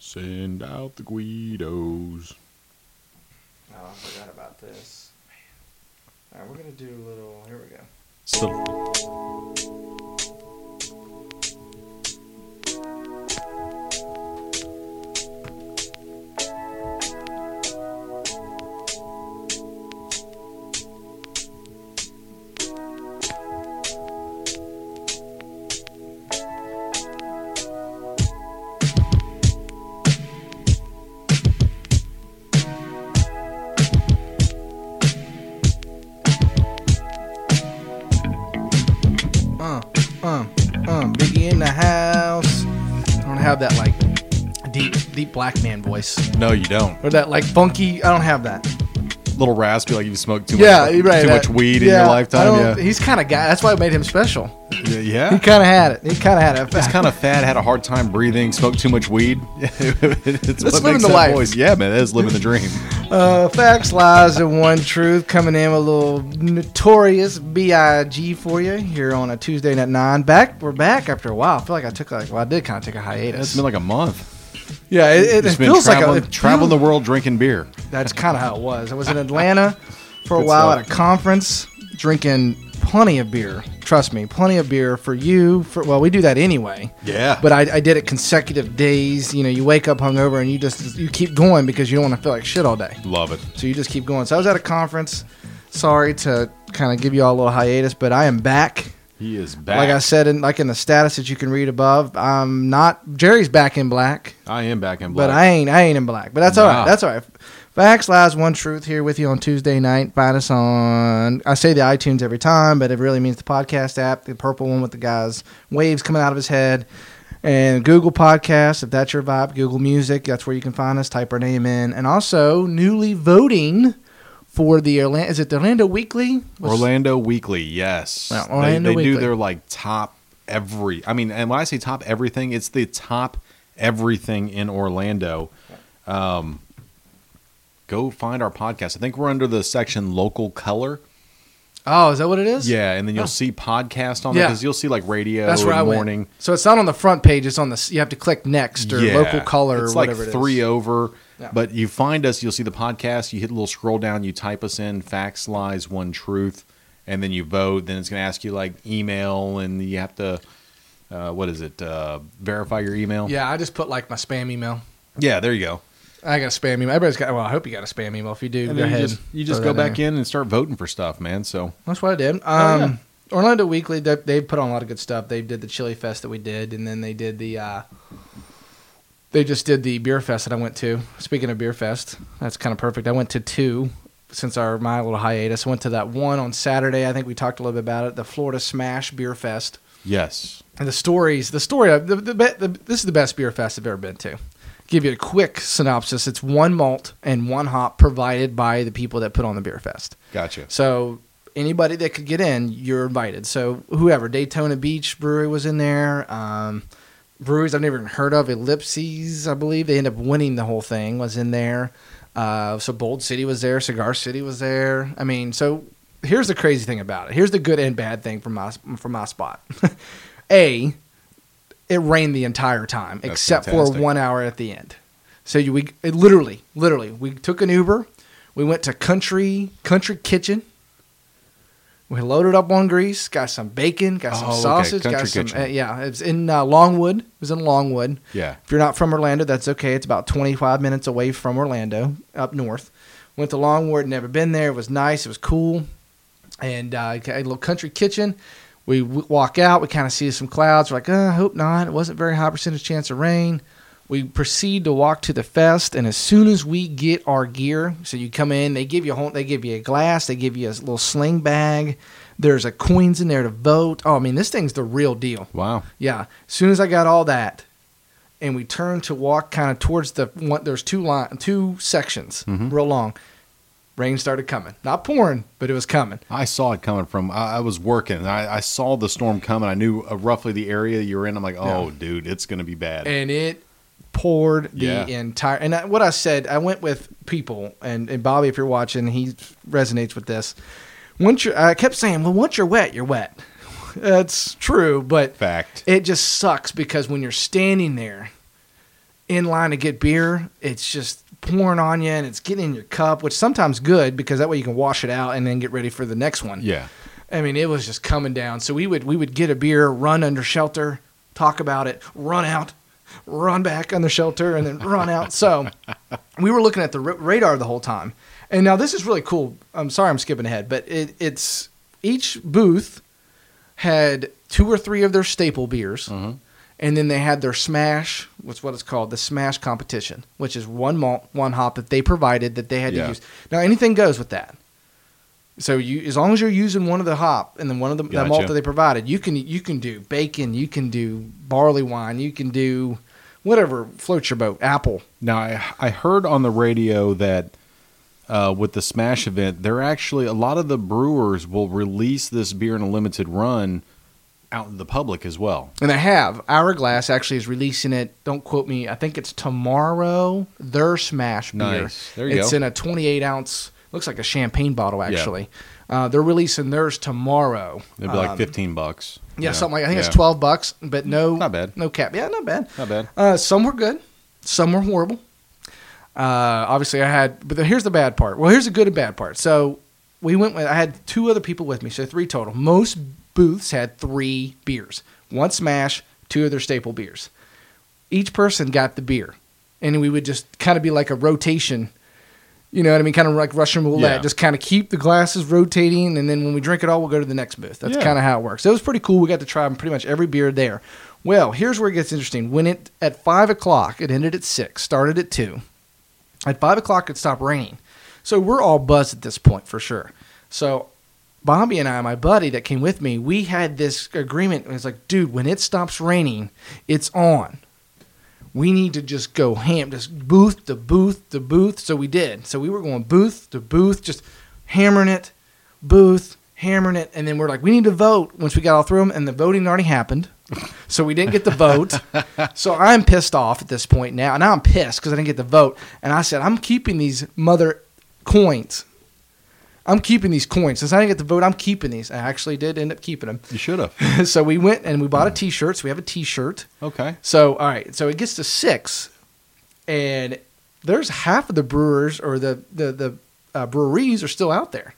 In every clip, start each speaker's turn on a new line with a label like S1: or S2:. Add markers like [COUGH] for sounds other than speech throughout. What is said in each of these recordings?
S1: Send out the Guidos.
S2: Oh, I forgot about this. All right, we're gonna do a little. Here we go.
S1: So,
S3: uh, uh, uh, Biggie in the house. I don't have that like deep, deep black man voice
S1: no, you don't.
S3: or that like funky. I don't have that.
S1: Little raspy, like you smoked too
S3: Yeah,
S1: much,
S3: you're right.
S1: too much
S3: that-
S1: weed in
S3: yeah,
S1: your
S3: I
S1: lifetime.
S3: don't-
S1: Yeah,
S3: he's kind of guy. That's why it made him special.
S1: yeah.
S3: He kind of had it. He kind of had it.
S1: It's kind of fat. Had a hard time breathing. Smoked too much weed. it's
S3: [LAUGHS] That's
S1: what
S3: living
S1: makes
S3: the
S1: that
S3: life.
S1: voice. Yeah, man, that is living the
S3: [LAUGHS]
S1: dream.
S3: Uh, facts, lies, and one truth coming in with a little notorious BIG for you here on a Tuesday night at 9. Back, we're back after a while. I feel like I took like, well, I did kind of take a
S1: It's
S3: hiatus.
S1: been like a month.
S3: yeah, it, it,
S1: Just
S3: it
S1: been
S3: feels like
S1: traveling,
S3: a, it
S1: traveling the world drinking beer.
S3: That's kind of how it was. I
S1: [LAUGHS]
S3: was in Atlanta for a
S1: Good
S3: while
S1: stuff.
S3: at a conference, drinking plenty of beer. Trust me, plenty of beer for you. For well, we do that anyway.
S1: Yeah.
S3: But I, I did it consecutive days. You know, you wake up hungover and you just you keep going because you don't want to feel like shit all day.
S1: Love it.
S3: So you just keep going. So I was at a conference. Sorry to kind of give you all a little hiatus, but I am back.
S1: He is back.
S3: Like I said, in like in the status that you can read above, I'm not. Jerry's back in black.
S1: I am back in black.
S3: But I ain't I ain't in black. But that's all
S1: Nah.
S3: right. That's all right. Facts, lies, one truth here with you on Tuesday night. Find us on I say the iTunes every time, but it really means the podcast app, the purple one with the guys waves coming out of his head. And Google Podcasts, if that's your vibe, Google Music, that's where you can find us. Type our name in. And also newly voting for the Orlando is it the Orlando Weekly? Was-
S1: Orlando Weekly, yes.
S3: Yeah, Orlando
S1: they they do
S3: Weekly.
S1: their like top every. I mean, and when I say top everything, it's the top everything in Orlando. Um, go find our podcast. I think we're under the section local color.
S3: Oh, is that what it is?
S1: Yeah, and then you'll see podcast on there
S3: Yeah.
S1: because you'll see like radio
S3: That's where I
S1: and
S3: went.
S1: morning.
S3: So it's not on the front page, it's on the you have to click next or
S1: Yeah,
S3: local color
S1: It's
S3: or whatever
S1: like
S3: it is.
S1: three over.
S3: Yeah.
S1: But you find us, you'll see the podcast. You hit a little scroll down, you type us in facts, lies, one truth, and then you vote. Then it's going to ask you like email, and you have to uh, what is it? Uh, verify your email.
S3: Yeah, I just put like my spam email.
S1: yeah. There you go.
S3: I got a spam email. Everybody's got. Well, I hope you got a spam email. If you do,
S1: And
S3: go
S1: then you
S3: ahead.
S1: just you just
S3: Throw
S1: go
S3: that
S1: back Oh,
S3: there.
S1: in and start voting for stuff, man. So
S3: That's what I did. Um, Orlando Weekly. They, they put on a lot of good stuff. They did the chili fest that we did, and then they did the. Uh, they just did the beer fest that I went to. Speaking of beer fest, that's kind of perfect. I went to two since our my little hiatus. I went to that one on Saturday. I think we talked a little bit about it. The Florida Smash Beer Fest.
S1: yes,
S3: And the stories, the story of the, the, be- the this is the best beer fest I've ever been to. Give you a quick synopsis. It's one malt and one hop provided by the people that put on the beer fest.
S1: gotcha.
S3: So anybody that could get in, you're invited. So whoever Daytona Beach Brewery was in there. Um, breweries I've never even heard of, Ellipses, I believe they end up winning the whole thing. Was in there. Uh, so Bold City was there. Cigar City was there. I mean, so here's the crazy thing about it. Here's the good and bad thing from my from my spot. [LAUGHS] a, it rained the entire time
S1: That's
S3: except for
S1: fantastic.
S3: one hour at the end. So you, we it literally, literally, we took an Uber. We went to Country Country Kitchen. We loaded up on grease, got some bacon, got some
S1: Oh, okay.
S3: sausage, got
S1: Country
S3: some
S1: Kitchen.
S3: uh, yeah. It's in uh, Longwood. It was in Longwood.
S1: Yeah.
S3: If you're not from Orlando, that's okay. It's about 25 minutes away from Orlando, up north. Went to Longwood, never been there. It was nice. It was cool. And uh, got a little country kitchen. We w- walk out. We kind of see some clouds. We're like, uh, I hope not. It wasn't very high percentage chance of rain. We proceed to walk to the fest, and as soon as we get our gear, so you come in, they give you a whole, they give you a glass, they give you a little sling bag. There's a coins in there to vote. Oh, I mean, this thing's the real deal.
S1: Wow.
S3: Yeah. As soon as I got all that, and we turned to walk kind of towards the one, there's two line, two sections, real long. Rain started coming, not pouring, but it was coming.
S1: I saw it coming from. I, I was working. and I, I saw the storm coming. I knew uh, roughly the area you were in. I'm like, oh, dude, it's gonna be bad.
S3: and it poured the
S1: Yeah.
S3: entire and I, what i said i went with people and, and bobby if you're watching he resonates with this once you're i kept saying well once you're wet you're wet [LAUGHS] that's true but
S1: Fact.
S3: it just sucks because when you're standing there in line to get beer, it's just pouring on you and it's getting in your cup, which sometimes good because that way you can wash it out and then get ready for the next one.
S1: Yeah.
S3: I mean, it was just coming down. So we would we would get a beer, run under shelter, talk about it, run out, run back under shelter, and then run out. So we were looking at the ra- radar the whole time. And now this is really cool. I'm sorry I'm skipping ahead, but it, it's each booth had two or three of their staple beers,
S1: Mm-hmm.
S3: and then they had their smash, what's what it's called, the smash competition, which is one malt, one hop that they provided that they had
S1: Yeah.
S3: to use. Now anything goes with that. So you, as long as you're using one of the hop and then one of the that malt
S1: Gotcha.
S3: that they provided, you can you can do bacon, you can do barley wine, you can do whatever floats your boat. Apple,
S1: Now I I heard on the radio that uh, with the Smash event, they're actually a lot of the brewers will release this beer in a limited run out in the public as well.
S3: and they have Hourglass actually is releasing it. Don't quote me. I think it's tomorrow. Their smash beer.
S1: Nice. There you
S3: it's
S1: go.
S3: in a 28 ounce. Looks like a champagne bottle actually. Uh, they're releasing theirs tomorrow.
S1: It'd be like
S3: Um,
S1: fifteen bucks.
S3: Yeah, something like I think
S1: Yeah.
S3: it's 12 bucks, but no
S1: Not bad.
S3: No cap. Yeah, not bad.
S1: Not bad.
S3: Uh, some were good, some were horrible. Uh, obviously, I had, but the, here's the bad part. Well, here's the good and bad part. So we went with, I had two other people with me, so three total. Most booths had three beers one smash, two of their staple beers. Each person got the beer, and we would just kind of be like a rotation. You know what I mean? Kind of like Russian roulette.
S1: Yeah.
S3: Just kind of keep the glasses rotating, and then when we drink it all, we'll go to the next booth. That's
S1: Yeah.
S3: kind of how it works. It was pretty cool. We got to try pretty much every beer there. Well, here's where it gets interesting. When it at five o'clock, it ended at six, started at two. At five o'clock, it stopped raining, so we're all buzzed at this point for sure. So, Bobby and I, my buddy that came with me, we had this agreement. It was like, dude, when it stops raining, it's on. We need to just go ham, just booth to booth to booth. So we did. So we were going booth to booth, just hammering it, booth, hammering it, and then we're like, we need to vote once we got all through them, and the voting already happened. So we didn't get the vote. so I'm pissed off at this point now. Now I'm pissed because I didn't get the vote. And I said, I'm keeping these mother coins. I'm keeping these coins. Since I didn't get the vote, I'm keeping these. I actually did end up keeping them.
S1: You should have.
S3: [LAUGHS] so we went and we bought a t shirt. So we have a t shirt.
S1: Okay.
S3: So all right, so it gets to six, and there's half of the brewers or the the the uh, breweries are still out there.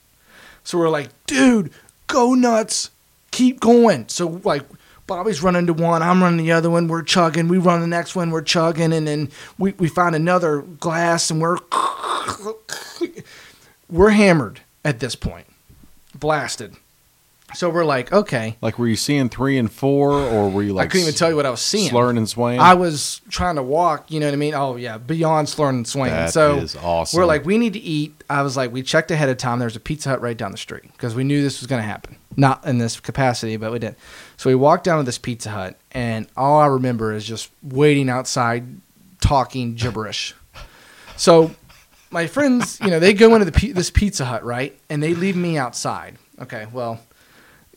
S3: So we're like, dude, go nuts, keep going. So like. Bobby's running to one, I'm running the other one, we're chugging, we run the next one, we're chugging, and then we, we find another glass and we're we're hammered at this point. Blasted. So we're like, okay.
S1: Like were you seeing three and four, or were you like
S3: I couldn't even tell you what I was seeing.
S1: slurring and swaying?
S3: I was trying to walk, you know what I mean? Oh yeah, beyond slurring and swinging.
S1: That
S3: so
S1: is awesome.
S3: we're like, we need to eat. I was like, we checked ahead of time. There was a Pizza Hut right down the street because we knew this was going to happen. Not in this capacity, but we did. So we walked down to this Pizza Hut, and all I remember is just waiting outside, talking gibberish.
S1: [LAUGHS]
S3: So my friends, you know, they go into the, pi- this Pizza Hut, right, and they leave me outside. Okay, well,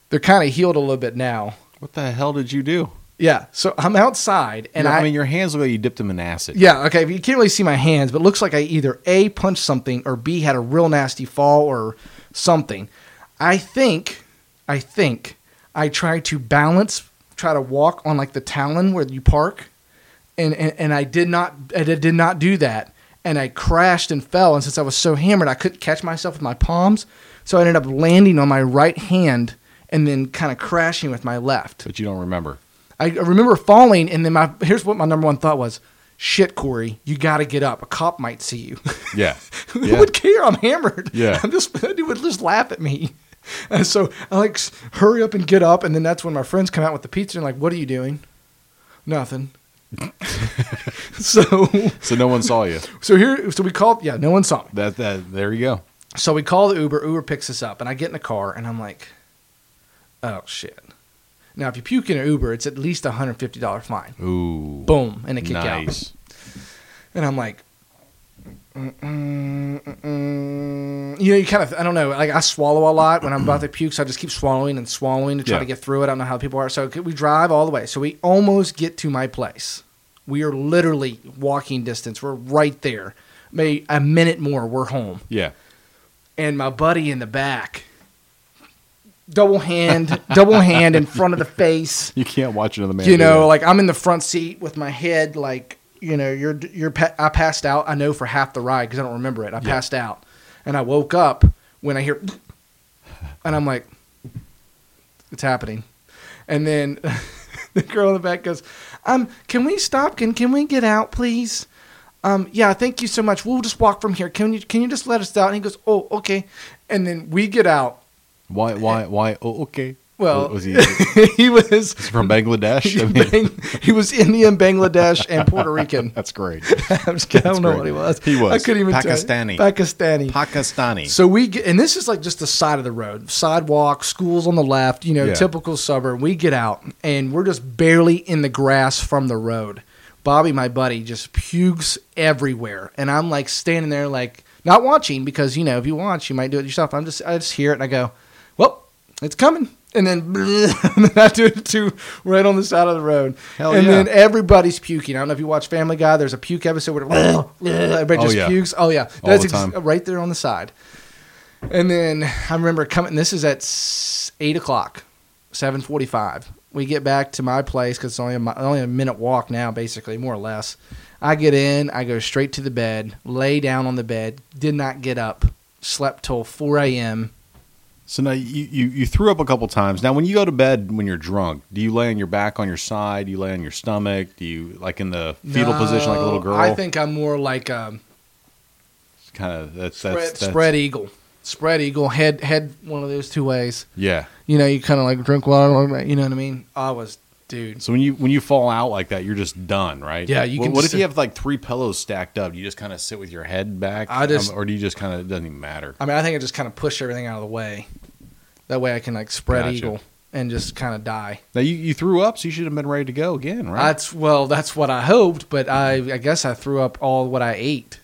S3: they're kind of healed a little bit now.
S1: what the hell did you do?
S3: Yeah, so I'm outside, and
S1: Your-
S3: I,
S1: mean, your hands look like you dipped them in acid.
S3: yeah, okay. You can't really see my hands, but it looks like I either A, punched something, or B, had a real nasty fall or something. I think, I think I tried to balance, try to walk on like the talon where you park. And, and, and I did not, I did did not do that. And I crashed and fell. And since I was so hammered, I couldn't catch myself with my palms. So I ended up landing on my right hand and then kind of crashing with my left.
S1: But you don't
S3: [LAUGHS]
S1: remember.
S3: I I remember falling, and then my here's what my number one thought was: "Shit, Corey, you got to get up. A cop might see you. [LAUGHS]
S1: Yeah.
S3: Who
S1: Yeah.
S3: would care? I'm hammered.
S1: Yeah.
S3: and [LAUGHS] this that dude would just laugh at me. [LAUGHS] And so I like s- hurry up and get up, and then that's when my friends come out with the pizza and like, "What are you doing? Nothing." [LAUGHS] so
S1: so no one saw you.
S3: so here so we called. Yeah, no one saw me.
S1: That that there you go.
S3: So we call the Uber. Uber picks us up, and I get in the car, and I'm like, "Oh shit." Now, if you puke in an Uber, it's at least a $150 fine.
S1: Ooh.
S3: Boom, and a kick out.
S1: nice.
S3: and I'm like, mm-mm, mm-mm. you know, you kind of, I don't know, like I swallow a lot when
S1: [CLEARS THROAT]
S3: I'm about to puke, so I just keep swallowing and swallowing to try
S1: Yeah.
S3: to get through it. I don't know how people are. So we drive all the way. So we almost get to my place. We are literally walking distance. We're right there. Maybe a minute more, we're home.
S1: Yeah.
S3: And my buddy in the back,
S1: [LAUGHS]
S3: double hand, double hand in front of the face
S1: You can't watch another man.
S3: you
S1: do
S3: know
S1: that.
S3: like i'm in the front seat with my head like you know, you're you're pa- I passed out. I know for half the ride because I don't remember it. I
S1: Yeah.
S3: passed out, and I woke up when I hear, [LAUGHS] and I'm like, it's happening, and then [LAUGHS] the girl in the back goes, um, can we stop? Can can we get out, please? Um, yeah, thank you so much. We'll just walk from here. Can you can you just let us out? And he goes, oh, okay, and then we get out.
S1: Why? Why? Why? Oh, okay.
S3: Well,
S1: was he
S3: [LAUGHS] he was
S1: from Bangladesh? I
S3: [LAUGHS]
S1: mean, [LAUGHS]
S3: Bang- he was Indian, Bangladesh, and Puerto Rican. [LAUGHS]
S1: that's great.
S3: I'm just kidding. I don't know
S1: great.
S3: what he was.
S1: He was.
S3: I couldn't even tell you.
S1: Pakistani.
S3: Pakistani.
S1: Pakistani.
S3: so we get, and this is like just the side of the road, sidewalk, schools on the left, you know,
S1: Yeah.
S3: typical suburb. We get out and we're just barely in the grass from the road. Bobby, my buddy, just pukes everywhere, and I'm like standing there, like not watching because you know if you watch, you might do it yourself. I'm just I just hear it and I go, well, it's coming. And then, [LAUGHS] and then I do it too, right on the side of the road.
S1: Hell
S3: and
S1: yeah.
S3: then everybody's puking. I don't know if you watch Family Guy. There's a puke episode where [LAUGHS] everybody
S1: Oh,
S3: just
S1: yeah.
S3: pukes. Oh yeah,
S1: All
S3: that's
S1: the time.
S3: right there on the side. And then I remember coming. This is at s- eight o'clock, seven forty-five. We get back to my place because it's only a, mi- only a minute walk now, basically, more or less. I get in. I go straight to the bed, lay down on the bed. Did not get up. Slept till four a.m.
S1: So now you, you, you threw up a couple times. Now, when you go to bed when you're drunk, do you lay on your back on your side? Do you lay on your stomach? Do you like in the fetal position like a little
S3: No,
S1: girl?
S3: I think I'm more like um,
S1: kind of that's
S3: spread,
S1: that's, that's
S3: spread eagle, spread eagle, head head one of those two ways.
S1: Yeah.
S3: You know, you kind of like drink water. You know what I mean? I was, dude.
S1: So when you when you fall out like that, you're just done, right?
S3: Yeah, you
S1: What,
S3: can
S1: what if
S3: sit-
S1: you have like three pillows stacked up? Do you just kind of sit with your head back? Um,
S3: I just-
S1: or do you just kind of it doesn't even matter.
S3: I mean, I think I just kind of push everything out of the way. That way, I can like spread
S1: Gotcha.
S3: eagle and just kind of die.
S1: Now you, you threw up, so you should have been ready to go again, right?
S3: That's well, that's what I hoped, but I, I guess I threw up all what I ate,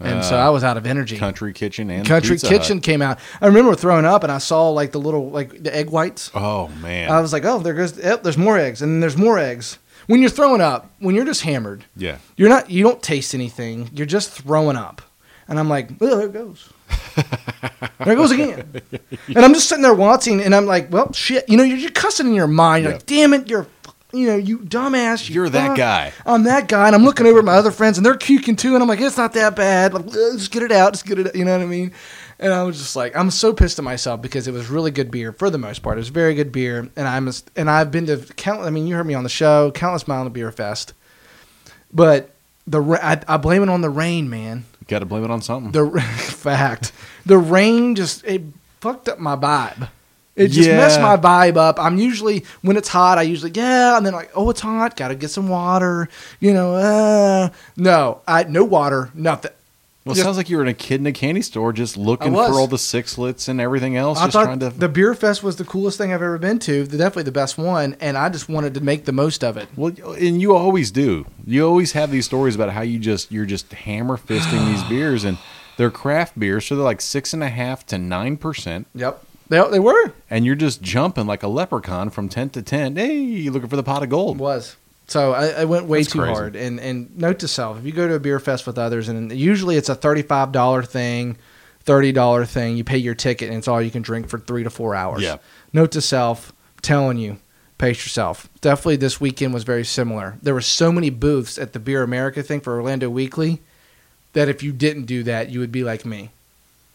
S3: and so
S1: Uh,
S3: I was out of energy.
S1: Country kitchen and
S3: Country
S1: Pizza Hut.
S3: Kitchen came out. I remember throwing up, and I saw like the little like the egg whites.
S1: Oh man.
S3: I was like, oh, there goes. Yep, there's more eggs, and then there's more eggs. When you're throwing up, when you're just hammered,
S1: yeah.
S3: you're not. You don't taste anything. You're just throwing up, and I'm like, oh, there it goes. there it goes again. And I'm just sitting there watching, and I'm like, well, shit. You know, you're just cussing in your mind. You're
S1: Yeah.
S3: like, damn it, you're, a fuck- you know, you dumbass. you
S1: You're that
S3: fuck."
S1: guy.
S3: I'm that guy, and I'm looking over at my other friends, and they're puking too, and I'm like, it's not that bad. Like, "Ugh, just get it out, just get it. Out. You know what I mean? And I was just like, I'm so pissed at myself because it was really good beer for the most part. It was very good beer, and I'm and I've been to countless. I mean, you heard me on the show, countless mile on the beer fest, but the ra- I, I blame it on the rain, man.
S1: Got to blame it on something.
S3: The ra- [LAUGHS] fact, the rain just it fucked up my vibe. It just
S1: Yeah.
S3: messed my vibe up. I'm usually when it's hot, I usually yeah, and then like oh it's hot, gotta get some water. You know, uh, no, I no water, nothing.
S1: Well, it
S3: Just-
S1: sounds like you were in a kid in a candy store just looking
S3: was.
S1: for all the sixlets and everything else,
S3: I
S1: just trying
S3: thought
S1: to.
S3: the beer fest was the coolest thing I've ever been to. the- Definitely the best one, and I just wanted to make the most of it.
S1: well, and you always do. You always have these stories about how you just you're just hammer fisting
S3: [SIGHS]
S1: these beers, and they're craft beers, so they're like six and a half to nine percent,
S3: Yep, they they were
S1: and you're just jumping like a leprechaun from tent to tent. Hey, you looking for the pot of
S3: It
S1: gold?
S3: was. So I, I went way
S1: That's
S3: too
S1: crazy.
S3: hard. And and note to self: if you go to a beer fest with others, and usually it's a thirty-five dollar thing, thirty dollar thing. You pay your ticket, and it's all you can drink for three to four hours.
S1: Yeah.
S3: Note to self: telling you, pace yourself. Definitely, this weekend was very similar. There were so many booths at the Beer America thing for Orlando Weekly that if you didn't do that, you would be like me.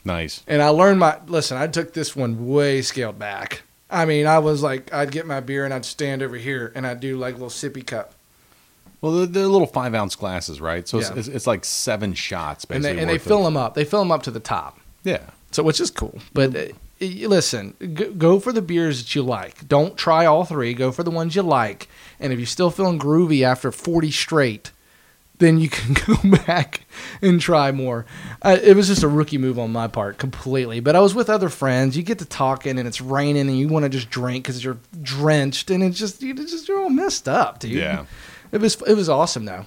S1: Nice.
S3: And I learned my listen, I took this one way scaled back. I mean, I was like, I'd get my beer and I'd stand over here and I'd do like a little sippy cup.
S1: Well, they're, they're little five ounce glasses, right? So
S3: Yeah.
S1: it's, it's, it's like seven shots,
S3: and
S1: basically.
S3: they, and they
S1: worth of-
S3: fill them up. They fill them up to the top,
S1: Yeah. Mm-hmm.
S3: so which is cool. But uh, y- listen, go, go for the beers that you like. Don't try all three. Go for the ones you like. And if you're still feeling groovy after 40 straight, then you [LAUGHS] can go back and try more. Uh, it was just a rookie move on my part completely. But I was with other friends. You get to talking, and it's raining, and you want to just drink because you're drenched, and it's just you just you're all messed up, dude.
S1: Yeah.
S3: It was it was awesome though.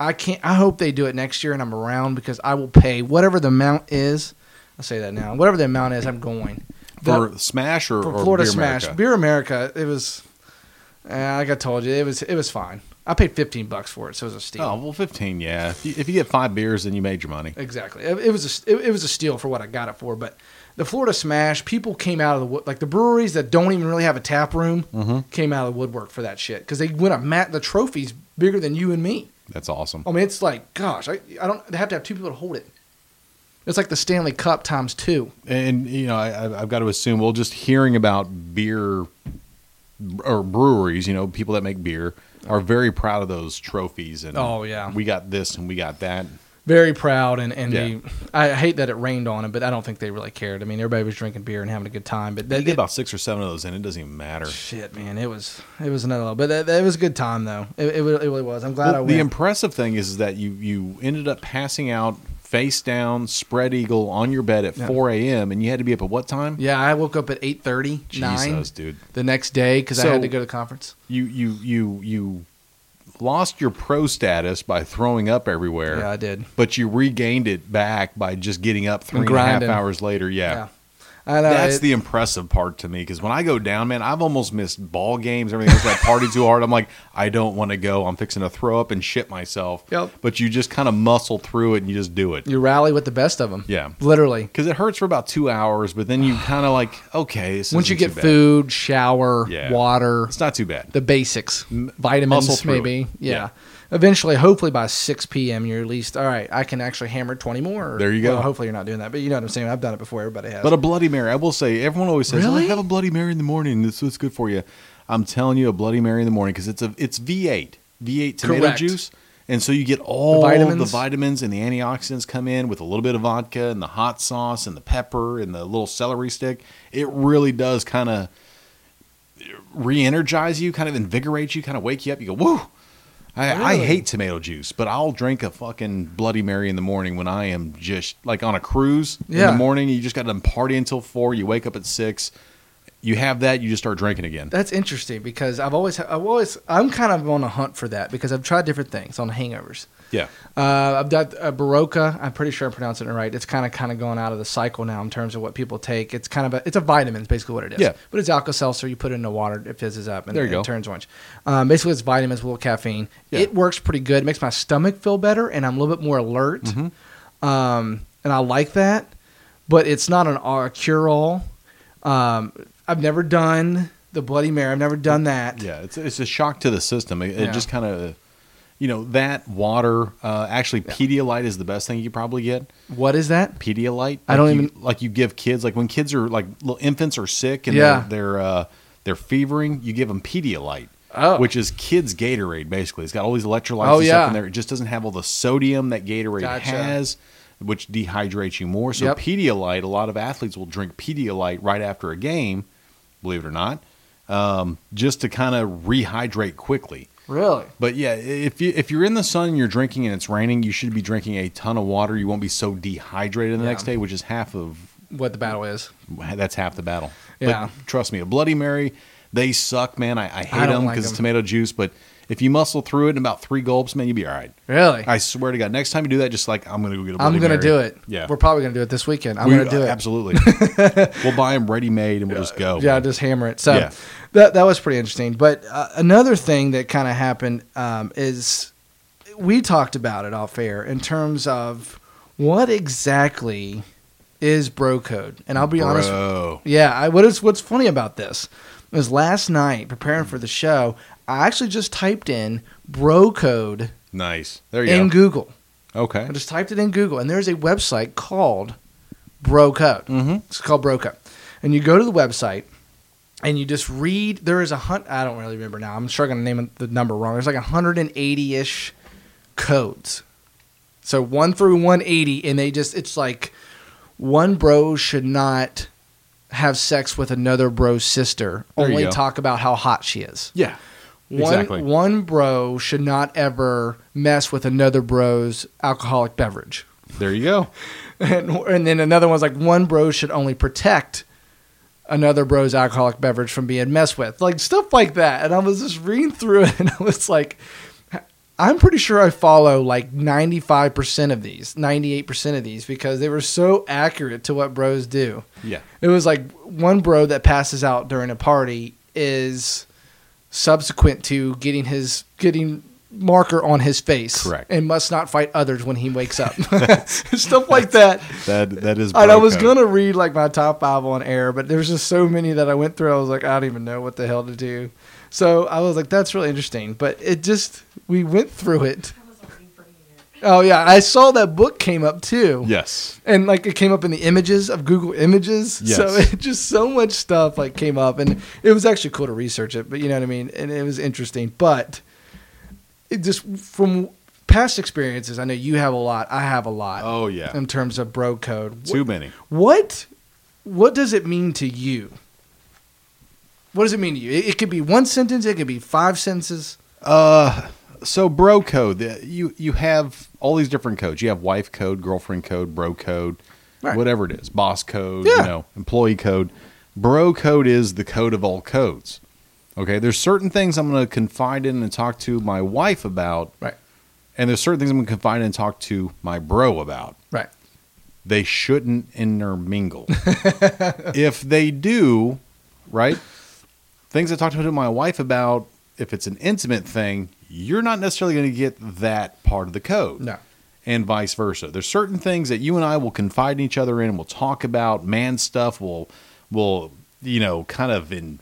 S3: I can't. I hope they do it next year, and I'm around because I will pay whatever the amount is. I'll say that now. Whatever the amount is, I'm going.
S1: For
S3: That-
S1: Smash or,
S3: for
S1: or
S3: Florida
S1: Beer
S3: Smash
S1: America?
S3: Beer America, it was. Uh, like I told you, it was it was fine. I paid 15 bucks for it, so it was a steal.
S1: Oh well, fifteen. Yeah, if you, if you get five beers, then you made your money.
S3: Exactly. It, it was a, it, it was a steal for what I got it for. But the Florida Smash, people came out of the wood like the breweries that don't even really have a
S1: Mm-hmm.
S3: tap room came out of the woodwork for that shit because they went a mat. The trophies bigger than you and me.
S1: That's awesome.
S3: I mean, it's like, gosh, I, I don't they have to have two people to hold it. It's like the Stanley Cup times two.
S1: And you know, I, I- I've got to assume. Well, just hearing about beer or breweries, you know, people that make beer are very proud of those trophies. And
S3: Oh, yeah.
S1: we got this and we got that.
S3: Very proud, and and
S1: Yeah.
S3: they, I hate that it rained on them, but I don't think they really cared. I mean, everybody was drinking beer and having a good time, but
S1: They
S3: that,
S1: get about six or seven of those, and it doesn't even matter.
S3: shit, man, it was it was another level, but that, that was a good time though. It, it, wa- it really was. I'm glad I
S1: Well,
S3: went.
S1: the impressive thing is that you you ended up passing out face down, spread eagle on your bed at
S3: Yeah.
S1: 4 a.m. and you had to be up at what time?
S3: yeah, I woke up at eight thirty nine
S1: Jesus, dude.
S3: the next day because I
S1: So-
S3: had to go to the conference.
S1: You you you you lost your pro status by throwing up everywhere.
S3: Yeah, I did.
S1: But you regained it back by just getting up three and a half
S3: grinding.
S1: hours later. Yeah.
S3: Yeah, Uh, I know.
S1: That's
S3: it-
S1: the impressive part to me because when I go down, man, I've almost missed ball games, everything else. I party too hard. I'm like, I don't want to go. I'm fixing to throw up and shit myself.
S3: Yep.
S1: But you just kind of muscle through it and you just do it.
S3: you rally with the best of them.
S1: Yeah.
S3: literally.
S1: because it hurts for about two hours, but then you kind of like, okay, this
S3: Once you
S1: isn't
S3: get
S1: too bad.
S3: food, shower,
S1: Yeah.
S3: water,
S1: it's not too bad.
S3: the basics, vitamins
S1: through
S3: maybe.
S1: it.
S3: Yeah.
S1: Yeah.
S3: Eventually, hopefully by 6 p.m., you're at least, all right, I can actually hammer 20 more. Or-
S1: There you go.
S3: Well, hopefully you're not doing that, but you know what I'm saying? I've done it before. Everybody has.
S1: But um, a Bloody Mary, I will say, everyone always says,
S3: Really?
S1: oh, have a Bloody Mary in the morning. This is good for you. I'm telling you, a Bloody Mary in the morning because it's a it's V8, V8 tomato
S3: Correct.
S1: juice, and so you get all the
S3: The vitamins?
S1: vitamins. and the antioxidants come in with a little bit of vodka and the hot sauce and the pepper and the little celery stick. It really does kind of re-energize you, kind of invigorate you, kind of wake you up. You go, woo. I, I
S3: Really?
S1: hate tomato juice, but I'll drink a fucking Bloody Mary in the morning when I am just like on a cruise in
S3: Yeah.
S1: the morning. You just got to party until four. You wake up at six. You have that. You just start drinking again.
S3: That's interesting because I've always, I've always, I'm kind of on a hunt for that because I've tried different things on hangovers.
S1: Yeah.
S3: Uh, I've got uh, Barocca. I'm pretty sure I'm pronouncing it right. It's kind of kind of going out of the cycle now in terms of what people take. It's kind of a it's a vitamin, is basically what it is.
S1: Yeah.
S3: But it's Alka Seltzer. You put it in the water, it fizzes up, and
S1: There you
S3: it
S1: go.
S3: turns orange. Um, basically, it's vitamins with a little caffeine.
S1: Yeah.
S3: It works pretty good. It makes my stomach feel better, and I'm a little bit more alert.
S1: Mm-hmm.
S3: Um, and I like that, but it's not an a cure all. Um, I've never done the Bloody Mary. I've never done that.
S1: Yeah. It's, it's a shock to the system. It,
S3: Yeah.
S1: it just kind of, you know, that water. Uh, actually, Pedialyte is the best thing you could probably get.
S3: What is that?
S1: Pedialyte. Like
S3: I don't
S1: you-
S3: even-
S1: like you give kids like when kids are like little infants are sick and
S3: Yeah.
S1: they're they're, uh, they're fevering. You give them Pedialyte,
S3: Oh.
S1: which is kids Gatorade basically. It's got all these electrolytes
S3: Oh,
S1: and
S3: yeah.
S1: stuff in there. It just doesn't have all the sodium that Gatorade
S3: Gotcha.
S1: has, which dehydrates you more. So
S3: Yep.
S1: Pedialyte, a lot of athletes will drink Pedialyte right after a game, believe it or not, um, just to kind of rehydrate quickly.
S3: Really?
S1: But yeah, if you if you're in the sun and you're drinking and it's raining, you should be drinking a ton of water. You won't be so dehydrated the
S3: Yeah.
S1: next day, which is half of
S3: What the battle is?
S1: that's half the battle.
S3: Yeah.
S1: But trust me, a Bloody Mary, they suck, man. I, I hate
S3: I don't
S1: them
S3: like
S1: because it's
S3: 'em.
S1: tomato juice. But if you muscle through it in about three gulps, man, you'll be all right.
S3: Really?
S1: I swear to God, next time you do that, just like I'm gonna go get a Bloody
S3: I'm gonna
S1: Mary.
S3: do it.
S1: Yeah,
S3: we're probably gonna do it this weekend. I'm
S1: We- uh,
S3: gonna do it. [LAUGHS]
S1: Absolutely, we'll buy them ready made and we'll just go.
S3: Yeah, just hammer it. So
S1: Yeah.
S3: that that was pretty interesting. But uh, another thing that kind of happened um, is we talked about it off air in terms of what exactly is bro code, and I'll be honest.
S1: Bro.
S3: Yeah, I, what is what's funny about this is last night
S1: Mm.
S3: preparing for the show, I actually just typed in bro code
S1: Nice. There you
S3: in
S1: go.
S3: Google. [LAUGHS]
S1: okay.
S3: I just typed it in Google, and there's a website called Bro Code.
S1: Mhm.
S3: It's called Bro Code, and you go to the website, and you just read. There is a hunt. I don't really remember now. I'm sure I'm gonna name the number wrong. There's like 180 ish codes, so one through 180, and they just it's like one bro should not have sex with another bro's sister.
S1: There you
S3: only
S1: go.
S3: talk about how hot she is.
S1: Yeah.
S3: One,
S1: Exactly.
S3: one bro should not ever mess with another bro's alcoholic beverage.
S1: There you go.
S3: And, and then another one's like, one bro should only protect another bro's alcoholic beverage from being messed with. Like stuff like that. And I was just reading through it [LAUGHS] and I was like, I'm pretty sure I follow like 95% of these, 98% of these because they were so accurate to what bros do.
S1: Yeah.
S3: It was like one bro that passes out during a party is subsequent to getting his getting marker on his face.
S1: Correct.
S3: And must not fight others when he wakes up. [LAUGHS] Stuff like that.
S1: That that is.
S3: And I
S1: bro
S3: was
S1: code.
S3: gonna read like my top five on air, but there's just so many that I went through. I was like, I don't even know what the hell to do. So I was like, that's really interesting. But it just we went through it.
S4: That was a
S3: Oh yeah, I saw that book came up too.
S1: Yes.
S3: and like it came up in the images of Google Images.
S1: Yes.
S3: So [LAUGHS] it just so much stuff like came up, and it was actually cool to research it. But you know what I mean, and it was interesting. But it just from past experiences, I know you have a lot. I have a lot.
S1: Oh, yeah.
S3: in terms of bro code,
S1: Too many.
S3: what what does it mean to you? What does it mean to you? It, it could be one sentence. It could be five sentences.
S1: Uh, so bro code. the- You you have all these different codes. You have wife code, girlfriend code, bro code,
S3: Right.
S1: whatever it is, boss code,
S3: Yeah.
S1: you know, employee code. Bro code is the code of all codes. Okay, there's certain things I'm going to confide in and talk to my wife about,
S3: Right.
S1: and there's certain things I'm going to confide in and talk to my bro about.
S3: Right.
S1: They shouldn't intermingle. [LAUGHS] if they do, right? Things I talked to my wife about, if it's an intimate thing, you're not necessarily going to get that part of the code.
S3: No.
S1: And vice versa. There's certain things that you and I will confide in each other in, we'll talk about man stuff, we'll, we'll, you know, kind of in,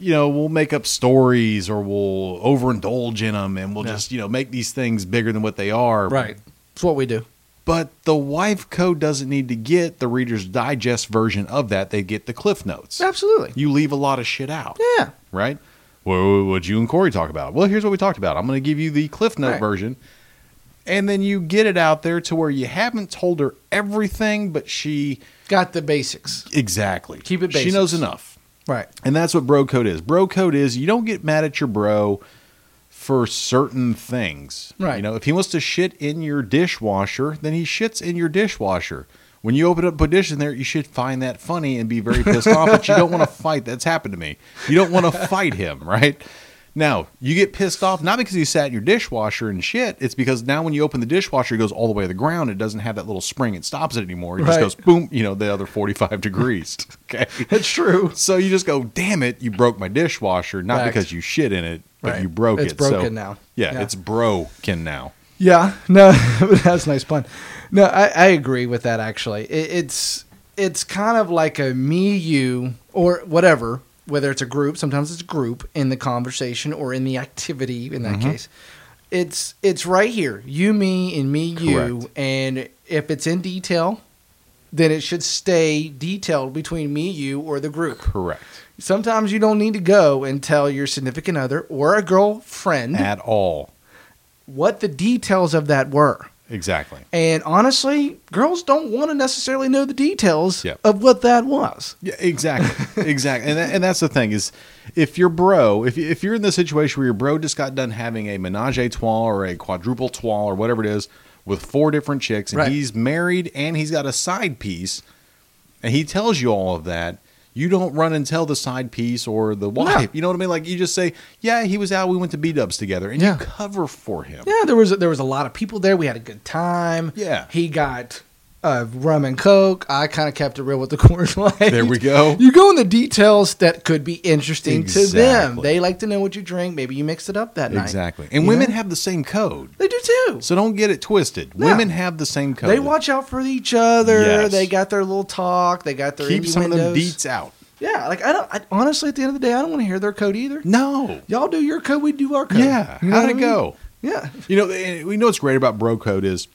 S1: you know, we'll make up stories or we'll overindulge in them and we'll
S3: Yeah.
S1: just, you know, make these things bigger than what they are.
S3: Right. It's what we do.
S1: But the wife code doesn't need to get the Reader's Digest version of that. They get the Cliff Notes.
S3: Absolutely.
S1: You leave a lot of shit out,
S3: Yeah.
S1: right? Well, what'd you and Corey talk about? Well, here's what we talked about. I'm going to give you the Cliff Note
S3: Right.
S1: version. And then you get it out there to where you haven't told her everything, but she.
S3: Got the basics.
S1: Exactly.
S3: Keep it
S1: She knows
S3: basics.
S1: enough.
S3: Right.
S1: And that's what bro code is. Bro code is you don't get mad at your bro for certain things.
S3: Right.
S1: You know, if he wants to shit in your dishwasher, then he shits in your dishwasher. When you open up put dish in there, you should find that funny and be very pissed off, but you don't want to fight. That's happened to me. You don't want to fight him, right? Now, you get pissed off not because you sat in your dishwasher and shit. It's because now when you open the dishwasher, it goes all the way to the ground. It doesn't have that little spring. It stops it anymore. It just
S3: Right.
S1: goes boom, you know, the other 45 degrees. [LAUGHS] Okay.
S3: That's true.
S1: So you just go, damn it, you broke my dishwasher, not
S3: Correct.
S1: because you shit in it, but
S3: Right.
S1: you broke
S3: It's
S1: it. So-
S3: broken now.
S1: Yeah,
S3: Yeah.
S1: it's broken now.
S3: Yeah, [LAUGHS] no, that's nice pun. No, I, I agree with that actually. It, it's it's kind of like a me, you, or whatever. Whether it's a group, sometimes it's a group in the conversation or in the activity. In that case, it's it's right here. You, me, and me, you.
S1: Correct.
S3: And if it's in detail, then it should stay detailed between me, you, or the group.
S1: Correct.
S3: Sometimes you don't need to go and tell your significant other or a girlfriend
S1: At all.
S3: what the details of that were.
S1: Exactly.
S3: And honestly, girls don't want to necessarily know the details
S1: Yeah.
S3: of what that was.
S1: Yeah, exactly. exactly. And, that, and that's the thing is if your bro, if, if you're in the situation where your bro just got done having a menage a trois or a quadruple trois or whatever it is with four different chicks and
S3: Right.
S1: he's married and he's got a side piece and he tells you all of that, you don't run and tell the side piece or the wife. You know what I mean? Like you just say, "Yeah, he was out. We went to B Dubs together," and
S3: Yeah.
S1: you cover for him.
S3: Yeah, there was there was a lot of people there. We had a good time.
S1: Yeah.
S3: he got uh, rum and coke. I kind of kept it real with the [LAUGHS] Coors Light.
S1: There we go.
S3: You go in the details that could be interesting to them.
S1: Exactly.
S3: They like to know what you drink. Maybe you mixed it up that night.
S1: Exactly. And
S3: You
S1: women
S3: know?
S1: have the same code.
S3: They do too.
S1: So don't get it twisted.
S3: No.
S1: Women have the same code.
S3: They watch out for each other.
S1: Yes.
S3: They got their little talk. They got their
S1: keep some of them
S3: innuendos.
S1: beats out.
S3: Yeah, like I don't. I, honestly, at the end of the day, I don't want to hear their code either.
S1: No.
S3: Y'all do your code. We do our code.
S1: Yeah.
S3: You know
S1: How'd
S3: what
S1: it
S3: I mean?
S1: go?
S3: Yeah.
S1: You know, and we know what's great about bro code is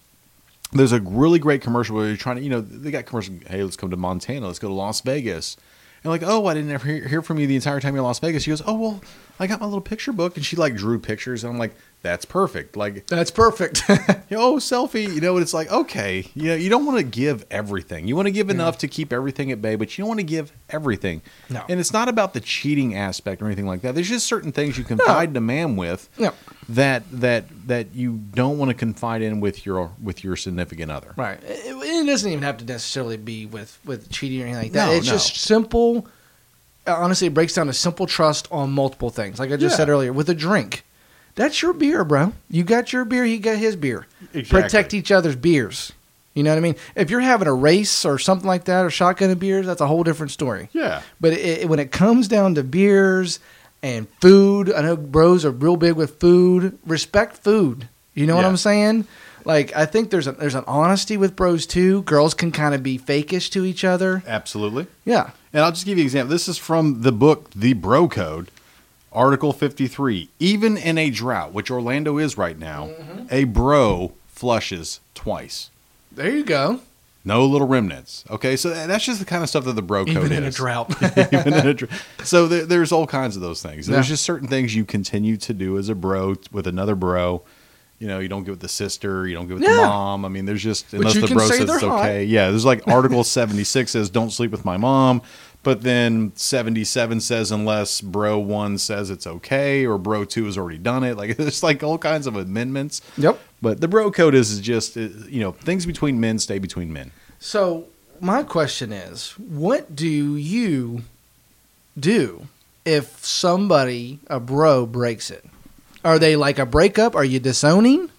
S1: there's a really great commercial where you're trying to, you know, they got commercial. Hey, let's come to Montana. Let's go to Las Vegas. And like, oh, I didn't ever hear, hear from you the entire time you're in Las Vegas. She goes, oh well, I got my little picture book, and she like drew pictures, and I'm like, that's perfect. Like, [LAUGHS]
S3: That's perfect.
S1: you know, oh, selfie. You know, it's like okay, you know, you don't want to give everything. You want to give enough to keep everything at bay, but you don't want to give everything.
S3: No.
S1: And it's not about the cheating aspect or anything like that. There's just certain things you confide in a man with
S3: No.
S1: that that that you don't want to confide in with your with your significant other.
S3: right. It, it doesn't even have to necessarily be with with cheating or anything like that.
S1: No,
S3: it's
S1: no.
S3: just simple. Honestly, it breaks down to simple trust on multiple things. Like I just
S1: Yeah.
S3: said earlier, with a drink, that's your beer, bro. You got your beer. He got his beer.
S1: Exactly.
S3: Protect each other's beers. You know what I mean? If you're having a race or something like that, or shotgun of beers, that's a whole different story.
S1: Yeah.
S3: But it, it- when it comes down to beers and food, I know bros are real big with food. Respect food. You know what
S1: Yeah.
S3: I'm saying? Like I think there's a, there's an honesty with bros too. Girls can kind of be fakish to each other.
S1: Absolutely.
S3: Yeah.
S1: And I'll just give you an example. This is from the book The Bro Code. Article 53 Even in a drought, which Orlando is right now,
S3: Mm-hmm.
S1: a bro flushes twice.
S3: There you go.
S1: No little remnants. Okay, so that- that's just the kind of stuff that the bro code
S3: Even
S1: is.
S3: in a drought.
S1: [LAUGHS] Even in a drought. So there, there's all kinds of those things. There's
S3: Yeah.
S1: just certain things you continue to do as a bro t- with another bro. You know, you don't get with the sister, you don't get with the
S3: Yeah.
S1: mom. I mean, there's just
S3: you
S1: unless the
S3: can
S1: bro
S3: say
S1: says
S3: they're
S1: it's
S3: hot.
S1: okay. Yeah, there's like Article 76 says don't sleep with my mom, but then 77 says unless bro one says it's okay or bro two has already done it. Like [LAUGHS] there's like all kinds of amendments.
S3: [LAUGHS] Yep.
S1: But the bro code is is just uh, you know things between men stay between men.
S3: So my question is, what do you do if somebody, a bro, breaks it? Are they like a breakup? Are you disowning?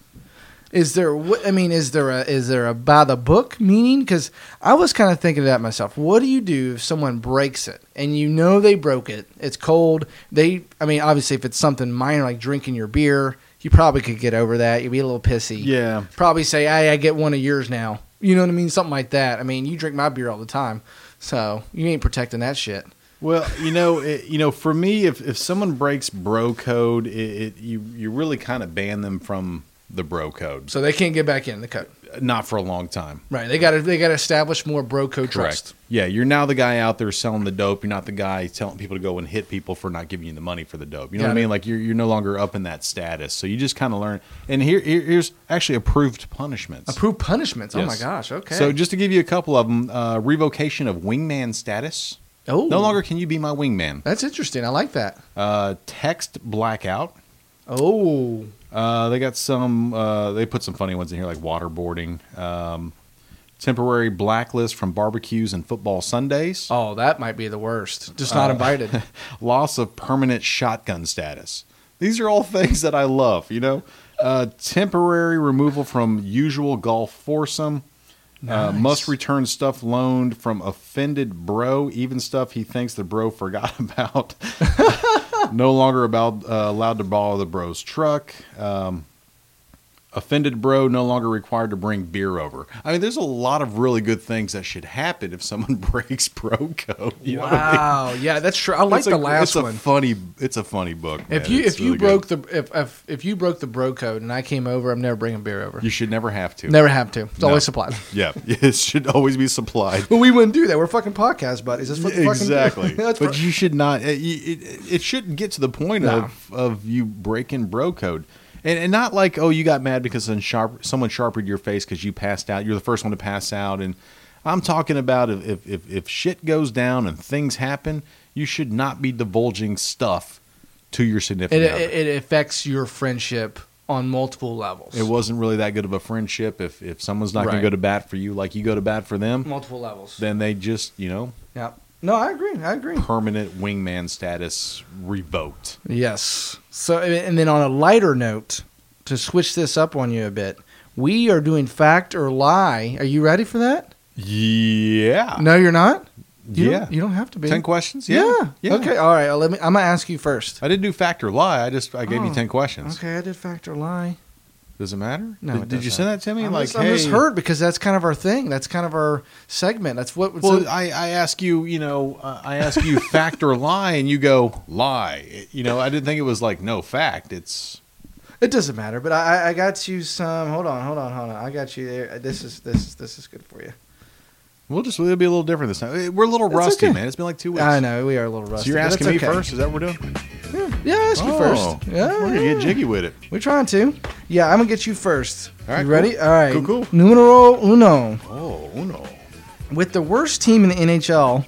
S3: Is there what I mean? Is there a is there a by the book meaning? Because I was kind of thinking of that myself. What do you do if someone breaks it and you know they broke it? It's cold. They I mean obviously if it's something minor like drinking your beer, you probably could get over that. You'd be a little pissy
S1: Yeah.
S3: probably say, "Hey, I get one of yours now." You know what I mean? Something like that. I mean, you drink my beer all the time, so you ain't protecting that shit.
S1: Well, you know, it, you know, for me, if if someone breaks bro code, it, it you you really kind of ban them from the bro code.
S3: So they can't get back in the code,
S1: Not for a long time.
S3: right? They got to they got to establish more bro code trust.
S1: Yeah, you're now the guy out there selling the dope. You're not the guy telling people to go and hit people for not giving you the money for the dope. You know
S3: Got
S1: what I
S3: it.
S1: mean? Like you're you're no longer up in that status. So you just kind of learn. And here, here here's actually approved punishments.
S3: Approved punishments. Oh my
S1: Yes.
S3: gosh. Okay.
S1: So just to give you a couple of them, uh, revocation of wingman status.
S3: oh,
S1: No longer can you be my wingman.
S3: That's interesting. I like that.
S1: Uh, text blackout.
S3: Oh,
S1: Uh, they got some. Uh, they put some funny ones in here, like waterboarding, um, temporary blacklist from barbecues and football Sundays,
S3: oh, that might be the worst. Just
S1: Uh,
S3: not invited.
S1: loss of permanent shotgun status. These are all [LAUGHS] things that I love. You know, uh, temporary removal from usual golf foursome. Uh,
S3: Nice.
S1: must return stuff loaned from offended bro, even stuff he thinks the bro [LAUGHS] forgot about. [LAUGHS] no longer about uh, allowed to borrow the bro's truck. Um, offended bro no longer required to bring beer over. I mean, there's a lot of really good things that should happen if someone [LAUGHS] breaks bro code. [LAUGHS] you know what I mean?
S3: wow. Yeah, that's true. I like
S1: It's a-
S3: the last
S1: it's
S3: one.
S1: A funny, it's a funny book.
S3: if
S1: man.
S3: you
S1: It's
S3: if you
S1: really
S3: broke
S1: good.
S3: the if, if if you broke the bro code and I came over, I'm never bringing beer over.
S1: you should never have to.
S3: [LAUGHS] never have to. It's
S1: No.
S3: always supplied.
S1: Yeah, [LAUGHS] it should always be supplied.
S3: But we wouldn't do that. We're fucking podcast buddies. That's what the fucking
S1: exactly.
S3: [LAUGHS] That's
S1: but
S3: fu-
S1: you should not. It, it, it shouldn't get to the point
S3: No.
S1: of of you breaking bro code, and, and not like oh you got mad because someone, sharp, someone sharpened your face because you passed out. You're the first one to pass out, and I'm talking about if if, if if shit goes down and things happen, you should not be divulging stuff to your
S3: it,
S1: significant other.
S3: it, it affects your friendship on multiple levels.
S1: It wasn't really that good of a friendship. If if someone's not going
S3: Right.
S1: to go to bat for you like you go to bat for them,
S3: multiple levels.
S1: then they just you know
S3: yeah. No, I agree. I agree.
S1: permanent wingman status revoked.
S3: Yes. So, and then on a lighter note, to switch this up on you a bit, we are doing fact or lie. Are you ready for that?
S1: Yeah.
S3: No, you're not. You
S1: yeah.
S3: Don't, you don't have to be.
S1: ten questions.
S3: Yeah.
S1: Yeah.
S3: Okay. All right. Let me. I'm gonna ask you first.
S1: I didn't do fact or lie. I just I gave you
S3: Oh,
S1: ten questions.
S3: Okay. I did fact or lie.
S1: Does it matter?
S3: No,
S1: Did,
S3: it
S1: did you
S3: doesn't.
S1: send that to me?
S3: I'm,
S1: like
S3: just, I'm
S1: hey.
S3: just hurt because that's kind of our thing. That's kind of our segment. That's what.
S1: Well,
S3: so-
S1: I, I ask you, you know, uh, I ask
S3: [LAUGHS]
S1: you fact or lie, and you go lie. It- You know, I didn't think it was like no fact. It's
S3: It doesn't matter, but I, I- I got you some. Hold on, hold on, hold on. I got you there. This is this this is good for you.
S1: we'll just it'll be a little different this time. Eh, We're a little
S3: It's
S1: rusty,
S3: okay.
S1: man. It's been like two weeks.
S3: I know we are a little rusty.
S1: So you're
S3: but
S1: asking me
S3: that's okay.
S1: first? Is that what we're doing? Oh.
S3: Yeah, I asked you first. Yeah,
S1: we're gonna get jiggy with it.
S3: We're trying to. Yeah, I'm gonna get you first.
S1: All right,
S3: you ready?
S1: cool.
S3: All right.
S1: Cool, cool.
S3: Numero uno.
S1: Oh no!
S3: With the worst team in the NHL,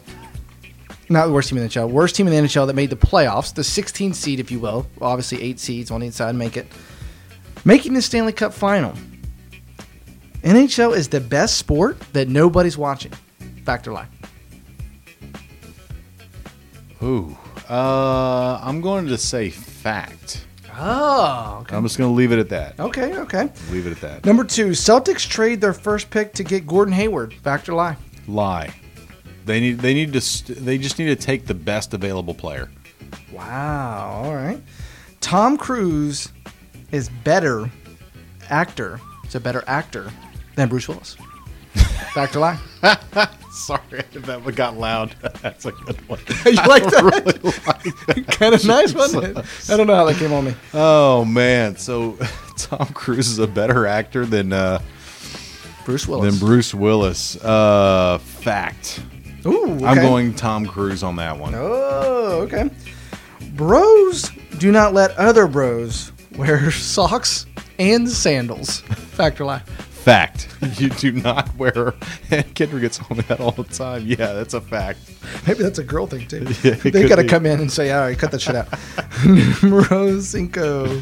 S3: not the worst team in the NHL, worst team in the NHL that made the playoffs, the 16 seed, if you will. Obviously, eight seeds on each side make it. Making the Stanley Cup final. NHL is the best sport that nobody's watching. Fact or lie?
S1: Ooh, uh, I'm going to say fact.
S3: Oh, okay.
S1: I'm just going to leave it at that.
S3: Okay, okay.
S1: Leave it at that.
S3: Number two, Celtics trade their first pick to get Gordon Hayward. Fact or lie?
S1: Lie. They need. They need to. St- they just need to take the best available player.
S3: Wow. All right. Tom Cruise [LAUGHS] is better actor. It's a better actor than Bruce Willis. Dr. [LAUGHS] Lie.
S1: [LAUGHS] Sorry [LAUGHS] if that one got loud. [LAUGHS] That's a good [LAUGHS] one.
S3: You like
S1: I
S3: that?
S1: really like that.
S3: kind of nice, [LAUGHS] wasn't it? I don't know how that came on me.
S1: [LAUGHS] Oh man, so [LAUGHS] Tom Cruise is a better actor than uh,
S3: Bruce
S1: than
S3: Willis.
S1: Bruce Willis. Uh, fact.
S3: Ooh, okay.
S1: I'm going Tom Cruise on that one.
S3: Oh, okay. Bros do not let other bros wear [LAUGHS] socks and sandals. Factor lie.
S1: Fact. [LAUGHS] You do not wear. [LAUGHS] And Kendra gets on that all the time. Yeah, that's a fact.
S3: [LAUGHS] Maybe that's a girl thing too.
S1: [LAUGHS] Yeah, it
S3: they
S1: could
S3: gotta
S1: be.
S3: come in and say, "All right, cut that shit out." [LAUGHS] Numero cinco.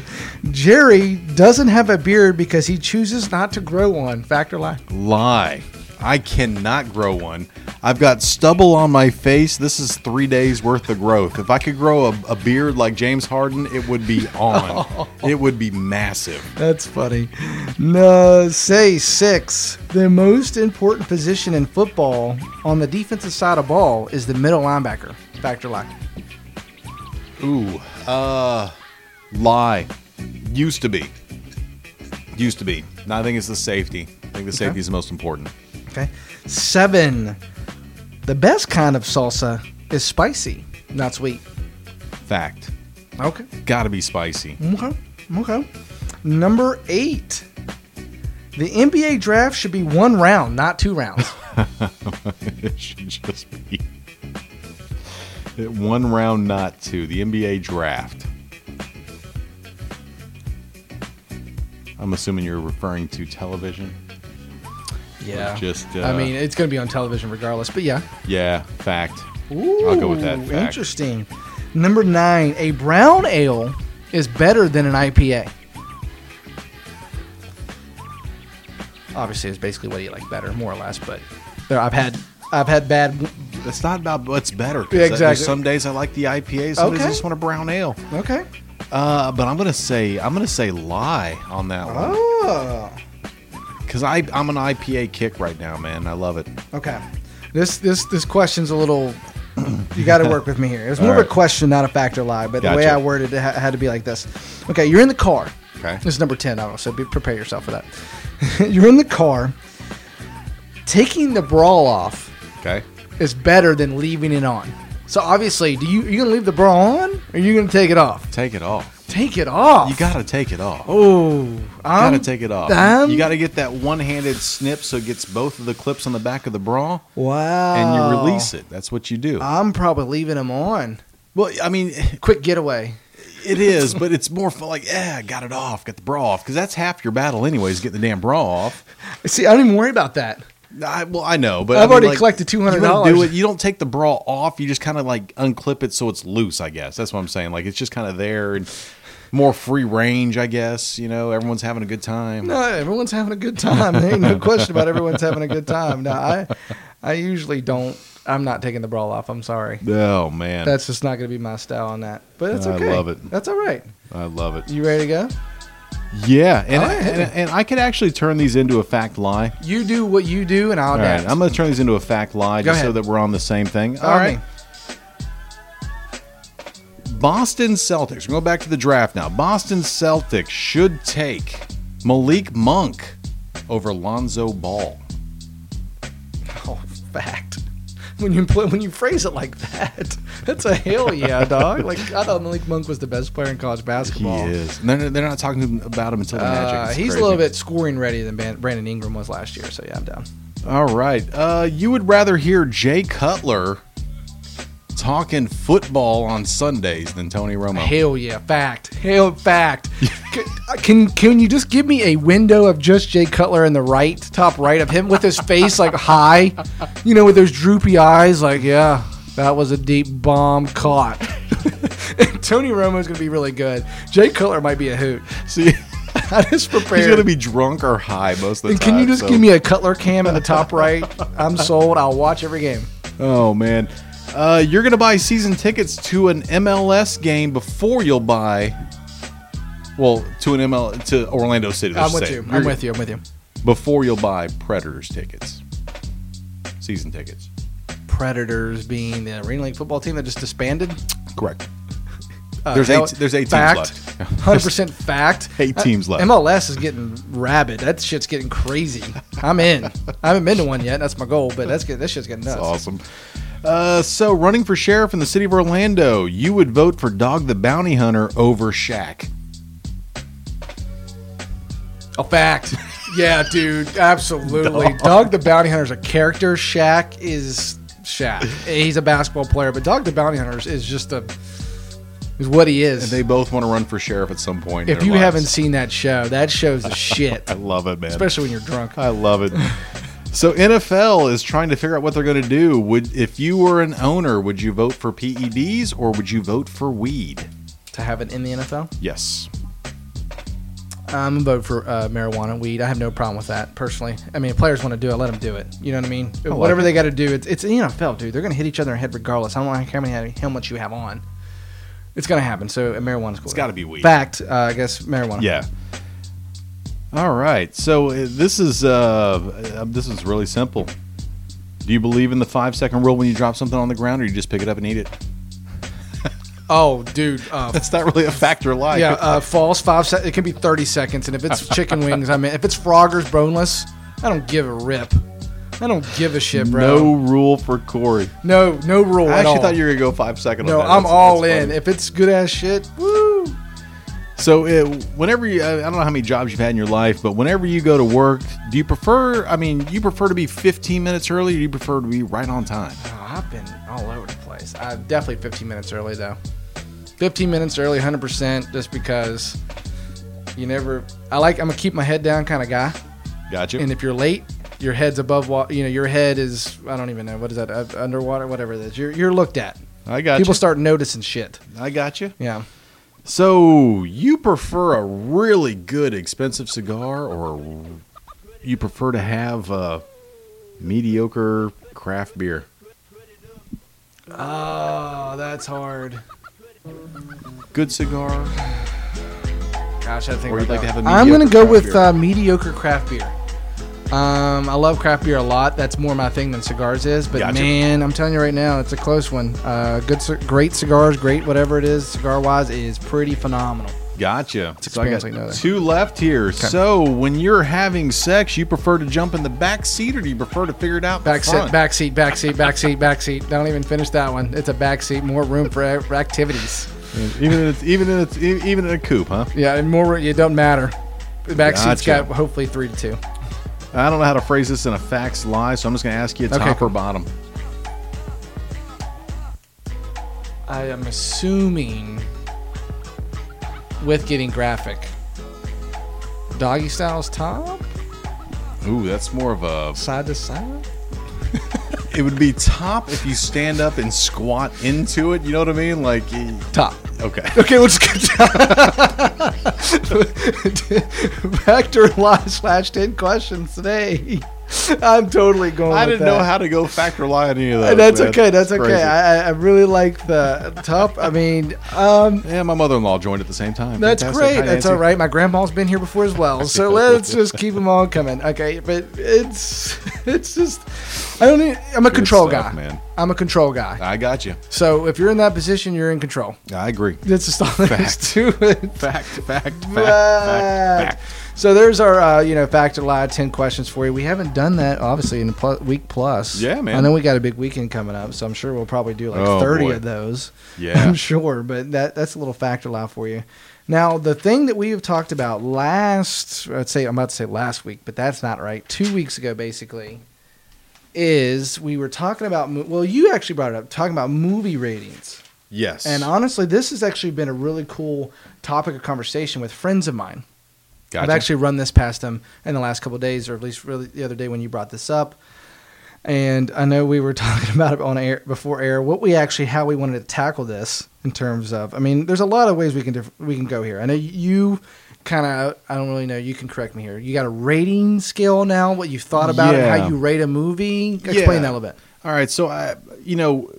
S3: Jerry doesn't have a beard because he chooses not to grow one. Factor lie.
S1: Lie. I cannot grow one. I've got stubble on my face. This is three days worth of growth. If I could grow a, a beard like James Harden, it would be on. It would be massive.
S3: That's funny. No, say six. The most important position in football on the defensive side of ball is the middle linebacker. Factor lie.
S1: Ooh, uh, lie. Used to be. Used to be. Now I think it's the safety. I think the safety is the most important.
S3: Okay. Seven. The best kind of salsa is spicy, not sweet.
S1: Fact.
S3: Okay.
S1: Gotta be spicy.
S3: Okay. Okay. Number eight. The NBA draft should be one round, not two [LAUGHS] rounds.
S1: [LAUGHS] it should just be one round, not two. The NBA draft. I'm assuming you're referring to television.
S3: yeah.
S1: Just, uh,
S3: I mean, it's going to be on television regardless, but yeah.
S1: Yeah, fact.
S3: Ooh,
S1: I'll go with that. Fact.
S3: Interesting. Number nine. A brown ale is better than an IPA. Obviously, it's basically what do you like better, more or less. But there, I've had I've had bad
S1: It's not about what's better. 'cause
S3: Yeah,
S1: that- there's
S3: exactly.
S1: Some days I like the IPA. Some days I
S3: Okay.
S1: just want a brown ale.
S3: Okay.
S1: Uh, but I'm gonna say I'm gonna say lie on that one
S3: Oh.
S1: because I I'm an IPA kick right now, man. I love it.
S3: Okay. This this this question's a little. You got to work with me here. It's more of
S1: Alright.
S3: a question, not a fact or lie. But the way
S1: Gotcha.
S3: I worded it ha- had to be like this. Okay, you're in the car.
S1: Okay.
S3: This is number ten. I don't know. So be, prepare yourself for that. [LAUGHS] you're in the car. Taking the brawl off
S1: Okay.
S3: is better than leaving it on. So obviously, do you you gonna leave the bra on or you gonna take it off?
S1: Take it off.
S3: Take it off.
S1: You gotta take it off.
S3: Oh,
S1: You
S3: I'm
S1: gotta take it off.
S3: I'm-
S1: you gotta get that one-handed snip so it gets both of the clips on the back of the bra,
S3: wow.
S1: and you release it. That's what you do.
S3: I'm probably leaving them on.
S1: well, I mean, [LAUGHS]
S3: Quick getaway.
S1: it is, but it's more fun. Like, yeah, I got it off, got the bra off, because that's half your battle, anyways. Getting the damn bra off.
S3: See, I don't even worry about that.
S1: I, well, I know, but
S3: I've
S1: I mean,
S3: already
S1: like,
S3: collected $200.
S1: you don't Do it. You don't take the bra off. You just kind of like unclip it so it's loose. I guess that's what I'm saying. Like it's just kind of there and more free range. I guess you know everyone's having a good time.
S3: No, everyone's having a good time. There ain't no question about everyone's having a good time. No, I, I usually don't. I'm not taking the brawl off. I'm sorry.
S1: Oh man,
S3: That's just not going to be my style on that. But that's
S1: I
S3: okay.
S1: love it.
S3: That's all right.
S1: I love it.
S3: You ready to go?
S1: Yeah, and,
S3: All right.
S1: and and I could actually turn these into a fact lie.
S3: You do what you do, and I'll
S1: All
S3: dance.
S1: right, I'm going to turn these into a fact lie
S3: Go
S1: just so
S3: ahead.
S1: that we're on the same thing. Um,
S3: Tell
S1: All right.
S3: me.
S1: Boston Celtics. We're going back to the draft now. Boston Celtics should take Malik Monk over Lonzo Ball.
S3: Oh, fact. When you play, when you phrase it like that, that's a hell yeah, dog. Like I thought Malik Monk was the best player in college basketball.
S1: is. No, no, they're not talking to him about him until the
S3: Uh,
S1: Magic. It's
S3: he's
S1: crazy.
S3: a little bit scoring ready than Ban- Brandon Ingram was last year, so yeah, I'm down.
S1: All right. Uh, you would rather hear Jay Cutler talking football on Sundays than Tony Romo.
S3: Hell yeah, fact.
S1: [LAUGHS]
S3: Hell fact. C- uh, can can you just give me a window of just Jay Cutler in the right top right of him with his face like high, you know, with those droopy eyes? Like, yeah, that was a deep bomb caught. [LAUGHS] Tony Romo's gonna be really good. Jay Cutler might be a hoot. [LAUGHS]
S1: See, [LAUGHS]
S3: I just
S1: he's
S3: prepared.
S1: going to be drunk or high most of the
S3: and
S1: time.
S3: can you just
S1: so-
S3: give me a Cutler cam in the top right? I'm sold. I'll watch every game.
S1: Oh man, uh, you're gonna buy season tickets to an MLS game before you'll buy, well, to an ML to Orlando City. let's
S3: I'm with
S1: say.
S3: you.
S1: You're-
S3: I'm with you. I'm with you.
S1: Before you'll buy Predators tickets, season tickets.
S3: Predators being the Arena League football team that just disbanded.
S1: Correct.
S3: Uh,
S1: There's
S3: hell-
S1: eight- there's eight teams
S3: fact,
S1: left. [LAUGHS]
S3: Hundred percent fact.
S1: Eight
S3: Uh,
S1: teams left.
S3: MLS is getting rabid. That shit's getting crazy. I'm in. I haven't been to one yet. That's my goal. But that's good. That shit's getting nuts.
S1: That's awesome. Uh, so, running for sheriff in the city of Orlando, you would vote for Dog the Bounty Hunter over Shaq. [LAUGHS]
S3: A fact. Yeah, dude, absolutely. Dog. the Bounty Hunter's a character. Shaq is Shaq. He's a basketball player, but Dog the Bounty Hunter is just a is what he is.
S1: And they both want to run for sheriff at some point. in
S3: if
S1: their
S3: you
S1: lives.
S3: haven't seen that show, that show's the shit.
S1: [LAUGHS] I love it, man.
S3: Especially when you're drunk.
S1: I love it. So NFL is trying to figure out what they're going to do. Would if you were an owner, would you vote for PEDs or would you vote for weed?
S3: To have it in the NFL,
S1: Yes.
S3: I'm vote for uh, marijuana, weed. I have no problem with that personally. I mean, if players want to do it, let them do it. You know what I mean?
S1: like
S3: Whatever
S1: it.
S3: they got to do, it's it's the NFL, dude. They're gonna hit each other in the head regardless. I don't like how many how much you have on. It's gonna happen. So uh, marijuana's cool.
S1: It's got to be weed.
S3: Fact, uh, I guess marijuana.
S1: Yeah. All right. So uh, this is uh, uh, this is really simple. Do you believe in the five second rule when you drop something on the ground, or you just pick it up and eat it? [LAUGHS]
S3: Oh, dude. Uh,
S1: That's not really a factor of life.
S3: yeah. Uh, false five. Se- it can be thirty seconds, and
S1: [LAUGHS]
S3: if it's chicken wings, I mean, if it's Frogger's boneless, I don't give a rip. I don't give a shit,
S1: no
S3: bro.
S1: rule for Corey.
S3: No, no, rule.
S1: I
S3: at
S1: actually
S3: all.
S1: thought you were gonna go five second.
S3: No,
S1: on that.
S3: I'm
S1: That's-
S3: all
S1: that's
S3: in.
S1: funny.
S3: If it's good ass shit, woo.
S1: So, uh whenever you, I I don't know how many jobs you've had in your life, but whenever you go to work, do you prefer? I mean, you prefer to be 15 minutes early, or you prefer to be right on time?
S3: Oh, I've been all over the place. i definitely 15 minutes early though. 15 minutes early, 100%, just because you never. I like. I'm a keep my head down kind of guy.
S1: Gotcha.
S3: And if you're late, your head's above water. You know, your head is. I don't even know what is that uh, underwater, whatever it is. You're you're looked at.
S1: I got
S3: People
S1: you.
S3: start noticing shit.
S1: I got you.
S3: Yeah.
S1: So, you prefer a really good, expensive cigar, or you prefer to have uh, mediocre craft beer?
S3: Oh, that's hard.
S1: Good cigar,
S3: Gosh, I think.
S1: or you'd like to have a.
S3: I'm gonna
S1: mediocre
S3: go
S1: craft
S3: with
S1: beer?
S3: uh, mediocre craft beer. Um, I love craft beer a lot. That's more my thing than cigars is. But
S1: Gotcha.
S3: man, I'm telling you right now, it's a close one. Uh, good, ci- great cigars, great whatever it is, cigar wise, is pretty phenomenal.
S1: Gotcha. So I got
S3: experiencing another.
S1: two left here. So when you're having sex, you prefer to jump in the back seat or do you prefer to figure it out?
S3: Back
S1: in front?
S3: seat, back seat, back seat, back seat, back seat. Don't even finish that one. It's a back seat, more room for for activities.
S1: Even in a, even in a, even in a coupe, huh?
S3: Yeah, and more. You don't matter. The back seat's
S1: Gotcha.
S3: got hopefully three to two.
S1: I don't know how to phrase this in a fax lie, so I'm just going to ask you
S3: Okay,
S1: top
S3: cool.
S1: or bottom.
S3: I am assuming with getting graphic. Doggy style's top?
S1: Ooh, that's more of a.
S3: Side to side?
S1: It would be top if you stand up and squat into it. You know what I mean? Like, eh,
S3: Top. [LAUGHS]
S1: [LAUGHS] okay.
S3: Okay, let's get [LAUGHS] Factor lie slash 10 questions today. [LAUGHS] I'm totally going.
S1: I
S3: with
S1: didn't know
S3: that.
S1: how to go factor lie any of those.
S3: That's
S1: man.
S3: okay. That's okay.
S1: Crazy.
S3: I, I- I really like the top. I mean, um,
S1: yeah, my mother-in-law joined at the same time.
S3: That's
S1: Fantastic. Hi,
S3: great. That's
S1: Nancy.
S3: all right. My grandma's been here before as
S1: [LAUGHS]
S3: well, so let's just keep them all coming. Okay, but it's [LAUGHS] it's just I don't. Need, I'm a control
S1: stuff,
S3: guy.
S1: man. Ah.
S3: I'm a control guy.
S1: I got you.
S3: So if you're in that position, you're in control.
S1: I agree.
S3: That's just all [LAUGHS] there is to
S1: Fact,
S3: it.
S1: [LAUGHS] fact, fact, fact,
S3: Fact.
S1: fact.
S3: So there's our uh, you know fact or lie ten questions for you. We haven't done that obviously in a pl- week plus.
S1: Yeah, man.
S3: I know we got a big weekend coming up, so I'm sure we'll probably do like
S1: Oh,
S3: 30
S1: boy.
S3: of those.
S1: Yeah.
S3: I'm sure, but that that's a little fact or lie for you. Now the thing that we have talked about last, I'd say I'm about to say last week, but that's not right. Two weeks ago, basically, is we were talking about mo- well, you actually brought it up talking about movie ratings.
S1: Yes.
S3: And honestly, this has actually been a really cool topic of conversation with friends of mine.
S1: Gotcha.
S3: I've actually run this past them in the last couple of days, or at least really the other day when you brought this up. And I know we were [LAUGHS] talking about it on air before air what we actually how we wanted to tackle this in terms of. I mean, there's a lot of ways we can diff- we can go here. I know you kind of I don't really know. You can correct me here. You got a rating scale now. What you thought about it,
S1: Yeah.
S3: how you rate a movie. Explain
S1: Yeah.
S3: that a little bit.
S1: All right, so I, you know,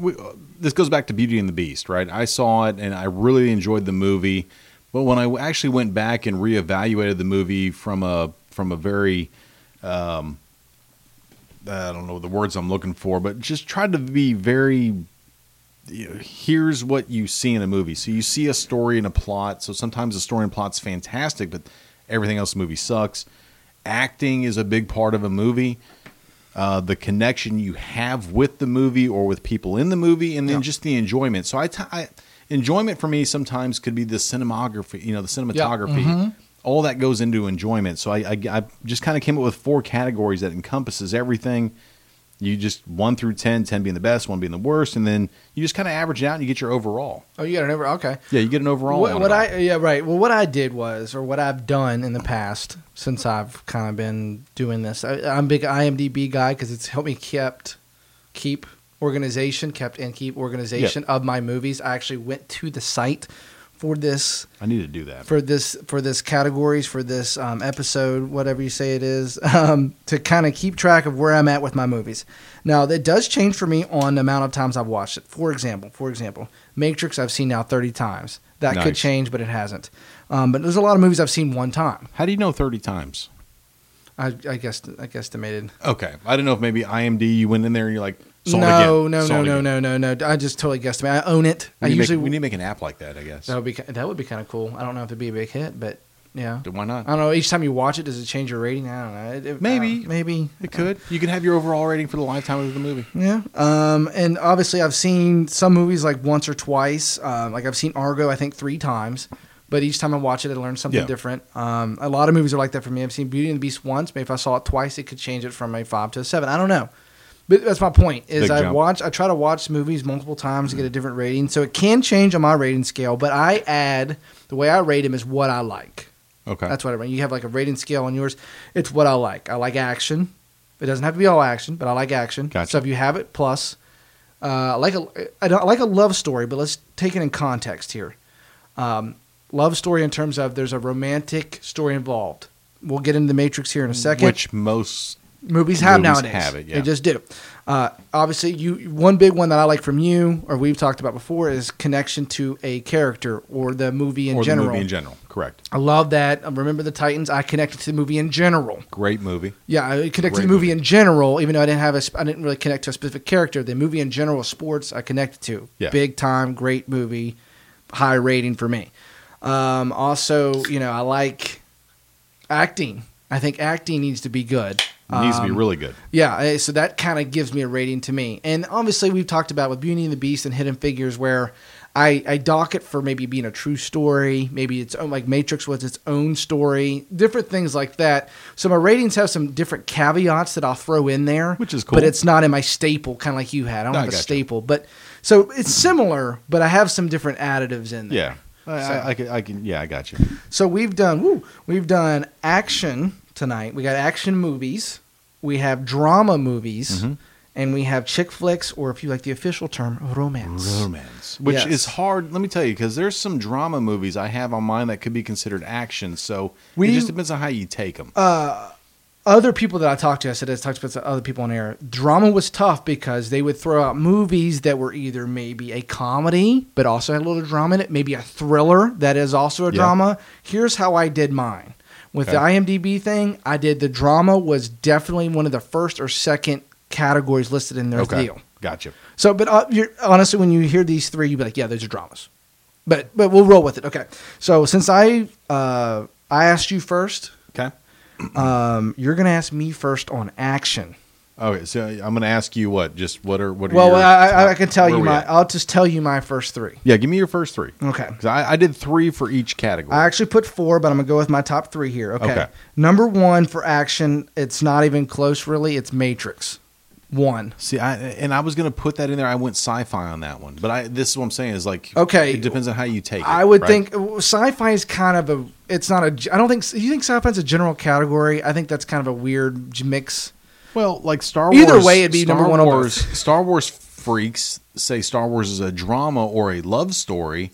S1: we, this goes back to Beauty and the Beast, right? I saw it and I really enjoyed the movie, but when I actually went back and reevaluated the movie from a from a very, um, I don't know the words I'm looking for, but just tried to be very you know, here's what you see in a movie. So you see a story and a plot. So sometimes the story and plot's fantastic, but everything else in the movie sucks. Acting is a big part of a movie. Uh, the connection you have with the movie or with people in the movie, and then
S3: Yeah.
S1: just the enjoyment. So I, t- I enjoyment for me sometimes could be the cinematography. You know, the cinematography. All that goes into enjoyment. So I, I, I just kind of came up with four categories that encompasses everything you just one through 10, 10 being the best, one being the worst, and then you just kind of average it out and you get your overall.
S3: Oh, you got an over. Okay.
S1: Yeah, you get an overall.
S3: What,
S1: on
S3: what
S1: it.
S3: I yeah right. Well, what I did was, or what I've done in the past since I've kind of been doing this. I, I'm a big IMDb guy because it's helped me kept keep organization, kept and keep organization of my movies. I actually went to the site for this
S1: I need to do that.
S3: for this for this categories for this um, episode, whatever you say it is, [LAUGHS] um, to kind of keep track of where I'm at with my movies. Now that does change for me on the amount of times I've watched it. For example, for example, Matrix I've seen now 30 times. That could
S1: Nice.
S3: change, but it hasn't. Um, but there's a lot of movies I've seen one time.
S1: How do you know 30 times?
S3: I, I guess I guesstimated.
S1: Okay. I don't know if maybe IMD, you went in there and you're like, saw
S3: no,
S1: it again.
S3: no,
S1: saw
S3: no,
S1: it
S3: no,
S1: again."
S3: no, no, no. I just totally guesstimated. I own it.
S1: We
S3: I
S1: need, to
S3: usually
S1: make, we need to make an app like that, I guess.
S3: that would be ki- that would be kind of cool. I don't know if it'd be a big hit, but yeah.
S1: Then Why
S3: I
S1: not?
S3: don't know. Each time you watch it, does it change your rating? I don't know. It- it- I
S1: Maybe.
S3: don't- maybe.
S1: It could. You could have your overall rating for the lifetime of the movie.
S3: Yeah. Um, and obviously, I've seen some movies like once or twice. Um, like I've seen Argo, I think three times. But each time I watch it, I learn something
S1: Yeah.
S3: different. Um, a lot of movies are like that for me. I've seen Beauty and the Beast once. Maybe if I saw it twice, it could change it from a five to a seven. I don't know. But that's my point. Is
S1: Big
S3: I
S1: jump. Mm-hmm.
S3: watch, I try to watch movies multiple times to get a different rating, so it can change on my rating scale. But I add the way I rate them is what I like.
S1: Okay.
S3: That's what I mean. You have like a rating scale on yours. It's what I like. I like action. It doesn't have to be all action, but I like action.
S1: Gotcha.
S3: So if you have it, plus, uh, I like a I, don't, I like a love story, but let's take it in context here. Um, love story in terms of there's a romantic story involved. We'll get into the Matrix here in a second.
S1: Which most.
S3: movies have
S1: movies
S3: nowadays.
S1: have it, yeah.
S3: They just do. Uh, obviously, you one big one that I like from you, or we've talked about before, is connection to a character or the movie in
S1: or
S3: general.
S1: the movie in general. Correct.
S3: I love that. I remember the Titans. I connected to the movie in general.
S1: Great movie.
S3: Yeah, I connected to
S1: Great
S3: the movie, in general, even though I didn't have a, sp- I didn't really connect to a specific character. The movie in general, sports, I connected to.
S1: Yeah.
S3: Big time, great movie, high rating for me. Um, also, you know, I like acting. I think acting needs to be good.
S1: It needs to be
S3: Um,
S1: really good.
S3: yeah, eh, so that kind of gives me a rating to me. And obviously, we've talked about with Beauty and the Beast and Hidden Figures, where I, I dock it for maybe being a true story, maybe its own, like Matrix was its own story, different things like that. So my ratings have some different caveats that I'll throw in there,
S1: Which is
S3: But
S1: cool.
S3: it's not in my staple, kind of like you had. I don't
S1: No, I
S3: have a
S1: gotcha.
S3: staple, but so it's similar, but I have some different additives in there.
S1: Yeah. I, I, I, can, I can. Yeah, I got you.
S3: So we've done woo, we've done action tonight. We got action movies. We have drama movies.
S1: Mhm.
S3: And we have chick flicks, or if you like the official term, romance.
S1: romance, which
S3: Yes.
S1: is hard. Let me tell you, because there's some drama movies I have on mine that could be considered action. So
S3: We-
S1: it just depends on how you take them.
S3: Uh, Other people that I talked to, I said I talked to other people on air. Drama was tough because they would throw out movies that were either maybe a comedy, but also had a little drama in it, maybe a thriller that is also a
S1: Yeah.
S3: drama. Here's how I did mine. With the
S1: Okay.
S3: IMDb thing, I did the drama was definitely one of the first or second categories listed in their deal.
S1: gotcha.
S3: So, but uh, you're, honestly, when you hear these three, you'd be like, yeah, those are dramas. But but we'll roll with it. Okay. So since I uh, I asked you first,
S1: Okay.
S3: um, you're gonna ask me first on action.
S1: Okay. So I'm going to ask you what? Just what are what? Are
S3: Well,
S1: your
S3: I, I, I
S1: top-
S3: can tell
S1: where
S3: you
S1: we
S3: my.
S1: at?
S3: I'll just tell you my first three.
S1: yeah, give me your first three.
S3: Okay.
S1: 'Cause I, I did three for each category.
S3: I actually put four, but I'm gonna go with my top three here. Okay.
S1: Okay.
S3: Number one for action, it's not even close, really. It's Matrix. One.
S1: See, I and I was going to put that in there. I went sci-fi on that one, but I this is what I'm saying is like
S3: Okay.
S1: It depends on how you take. it.
S3: I would
S1: right?
S3: think uh, sci-fi is kind of a. It's not a. I don't think. You think sci-fi is a general category? I think that's kind of a weird j- mix.
S1: Well, like Star Wars.
S3: Either way, it'd be
S1: Star
S3: number one on both.
S1: Wars, Star Wars freaks say Star Wars is a drama or a love story.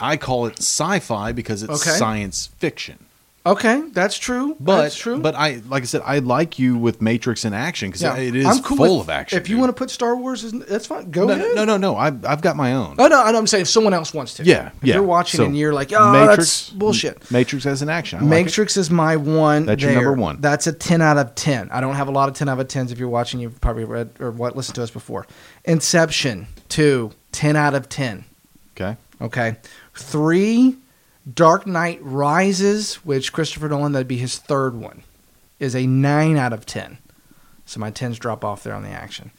S1: I call it sci-fi because it's
S3: Okay.
S1: science fiction.
S3: Okay, that's true.
S1: But
S3: that's true.
S1: But I, like I said, I like you with Matrix in action because
S3: Yeah,
S1: it is
S3: I'm cool
S1: full
S3: with-
S1: of action.
S3: If you want to put Star Wars, isn't- that's fine. Go
S1: no,
S3: ahead.
S1: no, no, no, I, I've got my own.
S3: Oh no, I know, I'm saying if someone else wants to.
S1: Yeah,
S3: If
S1: yeah.
S3: You're watching
S1: So,
S3: and you're like, oh, that's bullshit.
S1: Matrix as an action. I like it.
S3: Matrix is my one.
S1: That's your
S3: there.
S1: number one.
S3: That's a ten out of ten. I don't have a lot of ten out of tens. If you're watching, you've probably read or what listened to us before. Inception two. 10 out of 10.
S1: Okay.
S3: Okay. Three, Dark Knight Rises, which Christopher Nolan, that'd be his third one, is a nine out of 10. So my 10s drop off there on the action.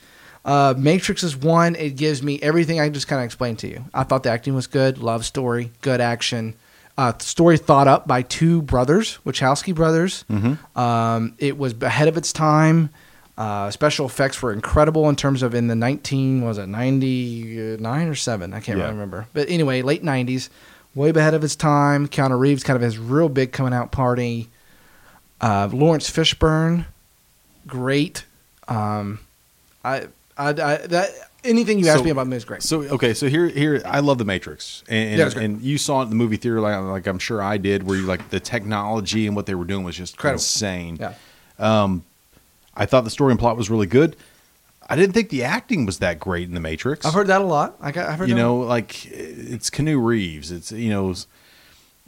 S3: Uh, Matrix is one. It gives me everything I just kind of explained to you. I thought the acting was good, love story, good action. Uh, story thought up by two brothers, Wachowski brothers.
S1: Mm-hmm.
S3: Um, it was ahead of its time. Uh, special effects were incredible in terms of in the 19 was it 99 or 7 i can't
S1: Yeah.
S3: remember but anyway late 90s way ahead of its time keanu reeves kind of his real big coming out party uh, lawrence fishburne great um, I, I, I that anything you ask
S1: So-
S3: me about me is great
S1: So okay, so here here I love the Matrix, and
S3: Yeah,
S1: and,
S3: it's great.
S1: and you saw it in the movie theater, like, like I'm sure I did, where you like the technology and what they were doing was just
S3: Incredible.
S1: insane. Um,
S3: yeah
S1: I thought the story and plot was really good. I didn't think the acting was that great in the Matrix.
S3: i've heard that a lot I got, i've heard
S1: you
S3: that a
S1: know, like it's Canoe Reeves. It's you know, it's-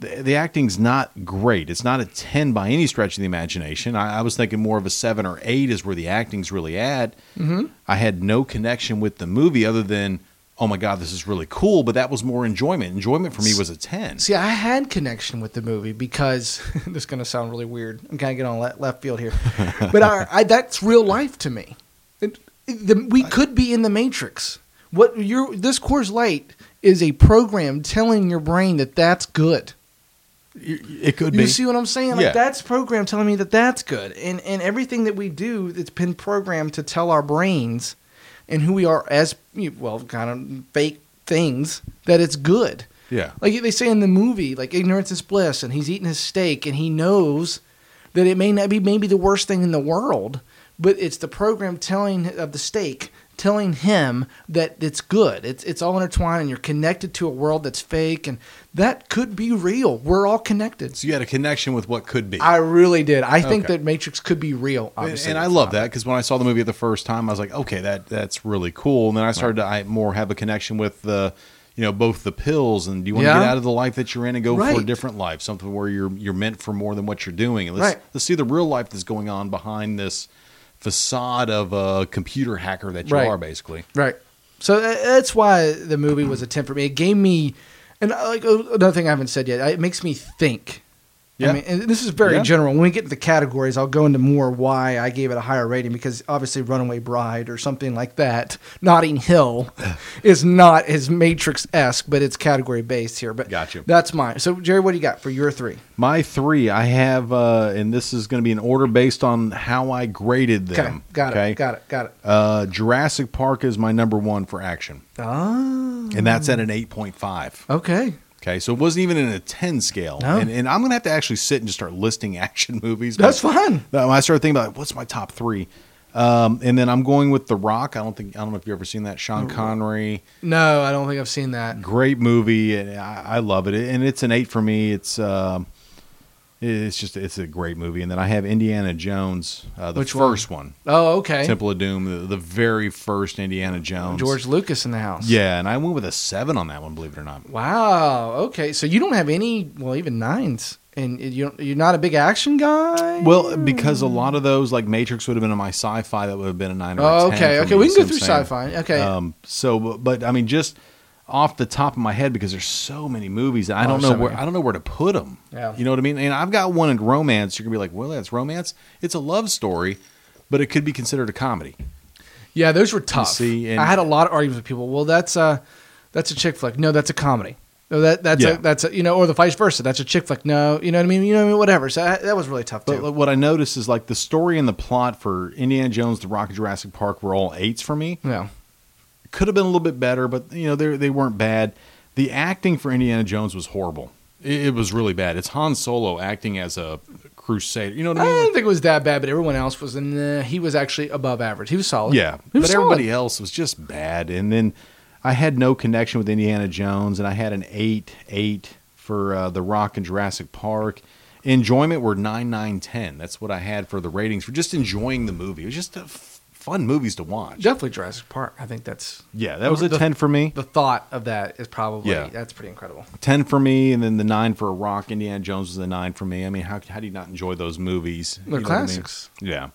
S1: the, the acting's not great. It's not a ten by any stretch of the imagination. I, I was thinking more of a seven or eight is where the acting's really at. Mm-hmm. I had no connection with the movie other than oh my god, this is really cool. But that was more enjoyment. Enjoyment for me was a ten.
S3: See, I had connection with the movie because [LAUGHS] this is going to sound really weird. I'm kind of getting on le- left
S1: [LAUGHS]
S3: field here, but I, I, that's real life to me. It, it- the, we could be in the Matrix. What your this course light is a program telling your brain that that's good.
S1: it could
S3: You
S1: be.
S3: see what I'm saying? Like
S1: Yeah.
S3: that's program telling me that that's good, and and everything that we do, it's been programmed to tell our brains and who we are as you know, well, kind of fake things that it's good.
S1: yeah,
S3: Like they say in the movie, like ignorance is bliss, and he's eating his steak, and he knows that it may not be maybe the worst thing in the world, but it's the program telling of the steak telling him that it's good. It's it's all intertwined, and you're connected to a world that's fake, and that could be real. We're all connected.
S1: so you had a connection with what could be.
S3: I really did. I think
S1: Okay.
S3: that Matrix could be real.
S1: And-
S3: Obviously,
S1: and I love that because when I saw the movie the first time, I was like, okay, that that's really cool. And then I started to I more have a connection with the, you know, both the pills and do you want to
S3: Yeah.
S1: get out of the life that you're in and go for a
S3: Right.
S1: different life, something where you're you're meant for more than what you're doing. And let's
S3: Right.
S1: let's see the real life that's going on behind this facade of a computer hacker that you
S3: Right.
S1: are basically.
S3: Right. So uh, that's why the movie was a ten for me. It gave me, and uh, like uh, another thing I haven't said yet, I- it makes me think.
S1: Yeah.
S3: I mean, and this is very
S1: Yeah.
S3: general. When we get to the categories, I'll go into more why I gave it a higher rating because obviously Runaway Bride or something like that,
S1: [LAUGHS]
S3: Notting Hill, is not as Matrix esque, but it's category based here. But
S1: Gotcha.
S3: That's mine. So Jerry, what do you got for your three?
S1: My three, I have, uh, and this is going to be an order based on how I graded them.
S3: Okay, got it, got it, got it.
S1: Uh, Jurassic Park is my number one for action,
S3: Oh,
S1: and that's at an eight point five.
S3: okay.
S1: Okay, so it wasn't even in a ten scale,
S3: No.
S1: and, and I'm gonna have to actually sit and just start listing [LAUGHS] action movies.
S3: That's
S1: But-
S3: fine.
S1: But When I started thinking about like, what's my top three, um, and then I'm going with The Rock. I don't think I don't know if you've ever seen that. Sean
S3: Oh.
S1: Connery,
S3: No, I don't think I've seen that.
S1: great movie, and I, I love it. And it's an eight for me. It's um, it's just it's a great movie. And then I have Indiana Jones, uh, the
S3: Which one?
S1: first one,
S3: Oh, okay.
S1: Temple of Doom, the, the very first Indiana Jones.
S3: George Lucas in the house.
S1: Yeah, and I went with a seven on that one. Believe it or not.
S3: Wow. Okay. So you don't have any, well, even nines, and you don't, you're not a big action guy.
S1: Well, because a lot of those, like Matrix, would have been in my sci-fi. That would have been a nine. Or
S3: Oh,
S1: a 10
S3: okay.
S1: for
S3: Okay.
S1: me,
S3: We
S1: so
S3: can go
S1: I'm
S3: through
S1: saying-
S3: sci-fi. Okay.
S1: Um, so, but, but, I mean, just off the top of my head, because there's so many movies, I don't
S3: there's
S1: know
S3: Oh, so
S1: where
S3: many.
S1: I don't know where to put them.
S3: Yeah.
S1: You know what I mean? And I've got one in romance. You're gonna be like, well, that's romance. It's a love story, but it could be considered a comedy.
S3: yeah, those were tough.
S1: see, and-
S3: I had a lot of arguments with people. Well, that's a that's a chick flick. No, that's a comedy. No, that that's
S1: Yeah.
S3: a that's a, you know, or the vice versa. That's a chick flick. No, you know what I mean. You know what I mean. Whatever. So I, that was really tough too.
S1: But like, what I noticed is like the story and the plot for Indiana Jones, The Rock, and Jurassic Park were all eights for me.
S3: yeah.
S1: could have been a little bit better, but you know they they weren't bad. The acting for Indiana Jones was horrible. It, it was really bad. It's Han Solo acting as a crusader. You know what
S3: I
S1: I mean?
S3: don't think it was that bad, but everyone else was. Nah, he was actually above average. He was solid.
S1: yeah,
S3: he
S1: but
S3: was
S1: everybody
S3: solid.
S1: else was just bad. And then I had no connection with Indiana Jones, and I had an eight eight for uh, The Rock and Jurassic Park. Enjoyment were nine nine ten. That's what I had for the ratings for just enjoying the movie. It was just a f- fun movies to watch.
S3: definitely Jurassic Park. I think that's
S1: yeah, that was a
S3: The-
S1: ten for me.
S3: the thought of that is probably
S1: Yeah.
S3: that's pretty incredible.
S1: 10 for me, and then the 9 for Rock. Indiana Jones was the 9 for me. I mean, how, how do you not enjoy those movies?
S3: They're
S1: You know what I mean?
S3: classics.
S1: Yeah.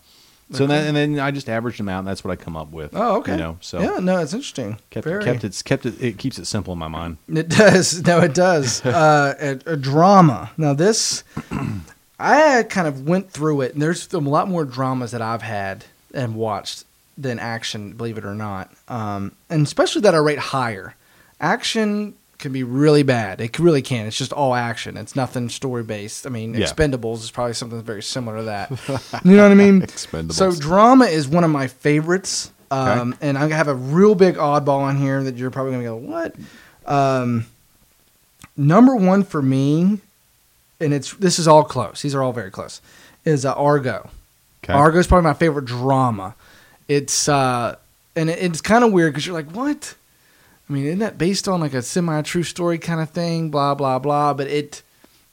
S1: So then, and then I just averaged them out, and that's what I come up with.
S3: Oh, okay.
S1: You know, so
S3: yeah, no, it's interesting.
S1: kept
S3: Very-
S1: kept it kept it it keeps it simple in my mind.
S3: It does. [LAUGHS] No,
S1: [LAUGHS]
S3: it does. uh, a, a drama. Now this, [CLEARS THROAT] I kind of went through it, and there's a lot more dramas that I've had and watched than action. Believe it or not, um, and especially that I rate higher. Action can be really bad. It really can. It's just all action. It's nothing story based. I mean,
S1: Yeah.
S3: Expendables is probably something very similar to that.
S1: [LAUGHS]
S3: You know what I mean?
S1: Expendables.
S3: So drama is one of my favorites. Um, And I'm gonna have a real big oddball on here that you're probably gonna go, what? Um, number one for me, and it's this is all close. These are all very close. Is uh, Argo.
S1: Okay.
S3: Argo's probably my favorite drama. It's uh, and it, it's kind of weird because you're like, what? I mean, isn't that based on like a semi-true story kind of thing? Blah blah blah. But it,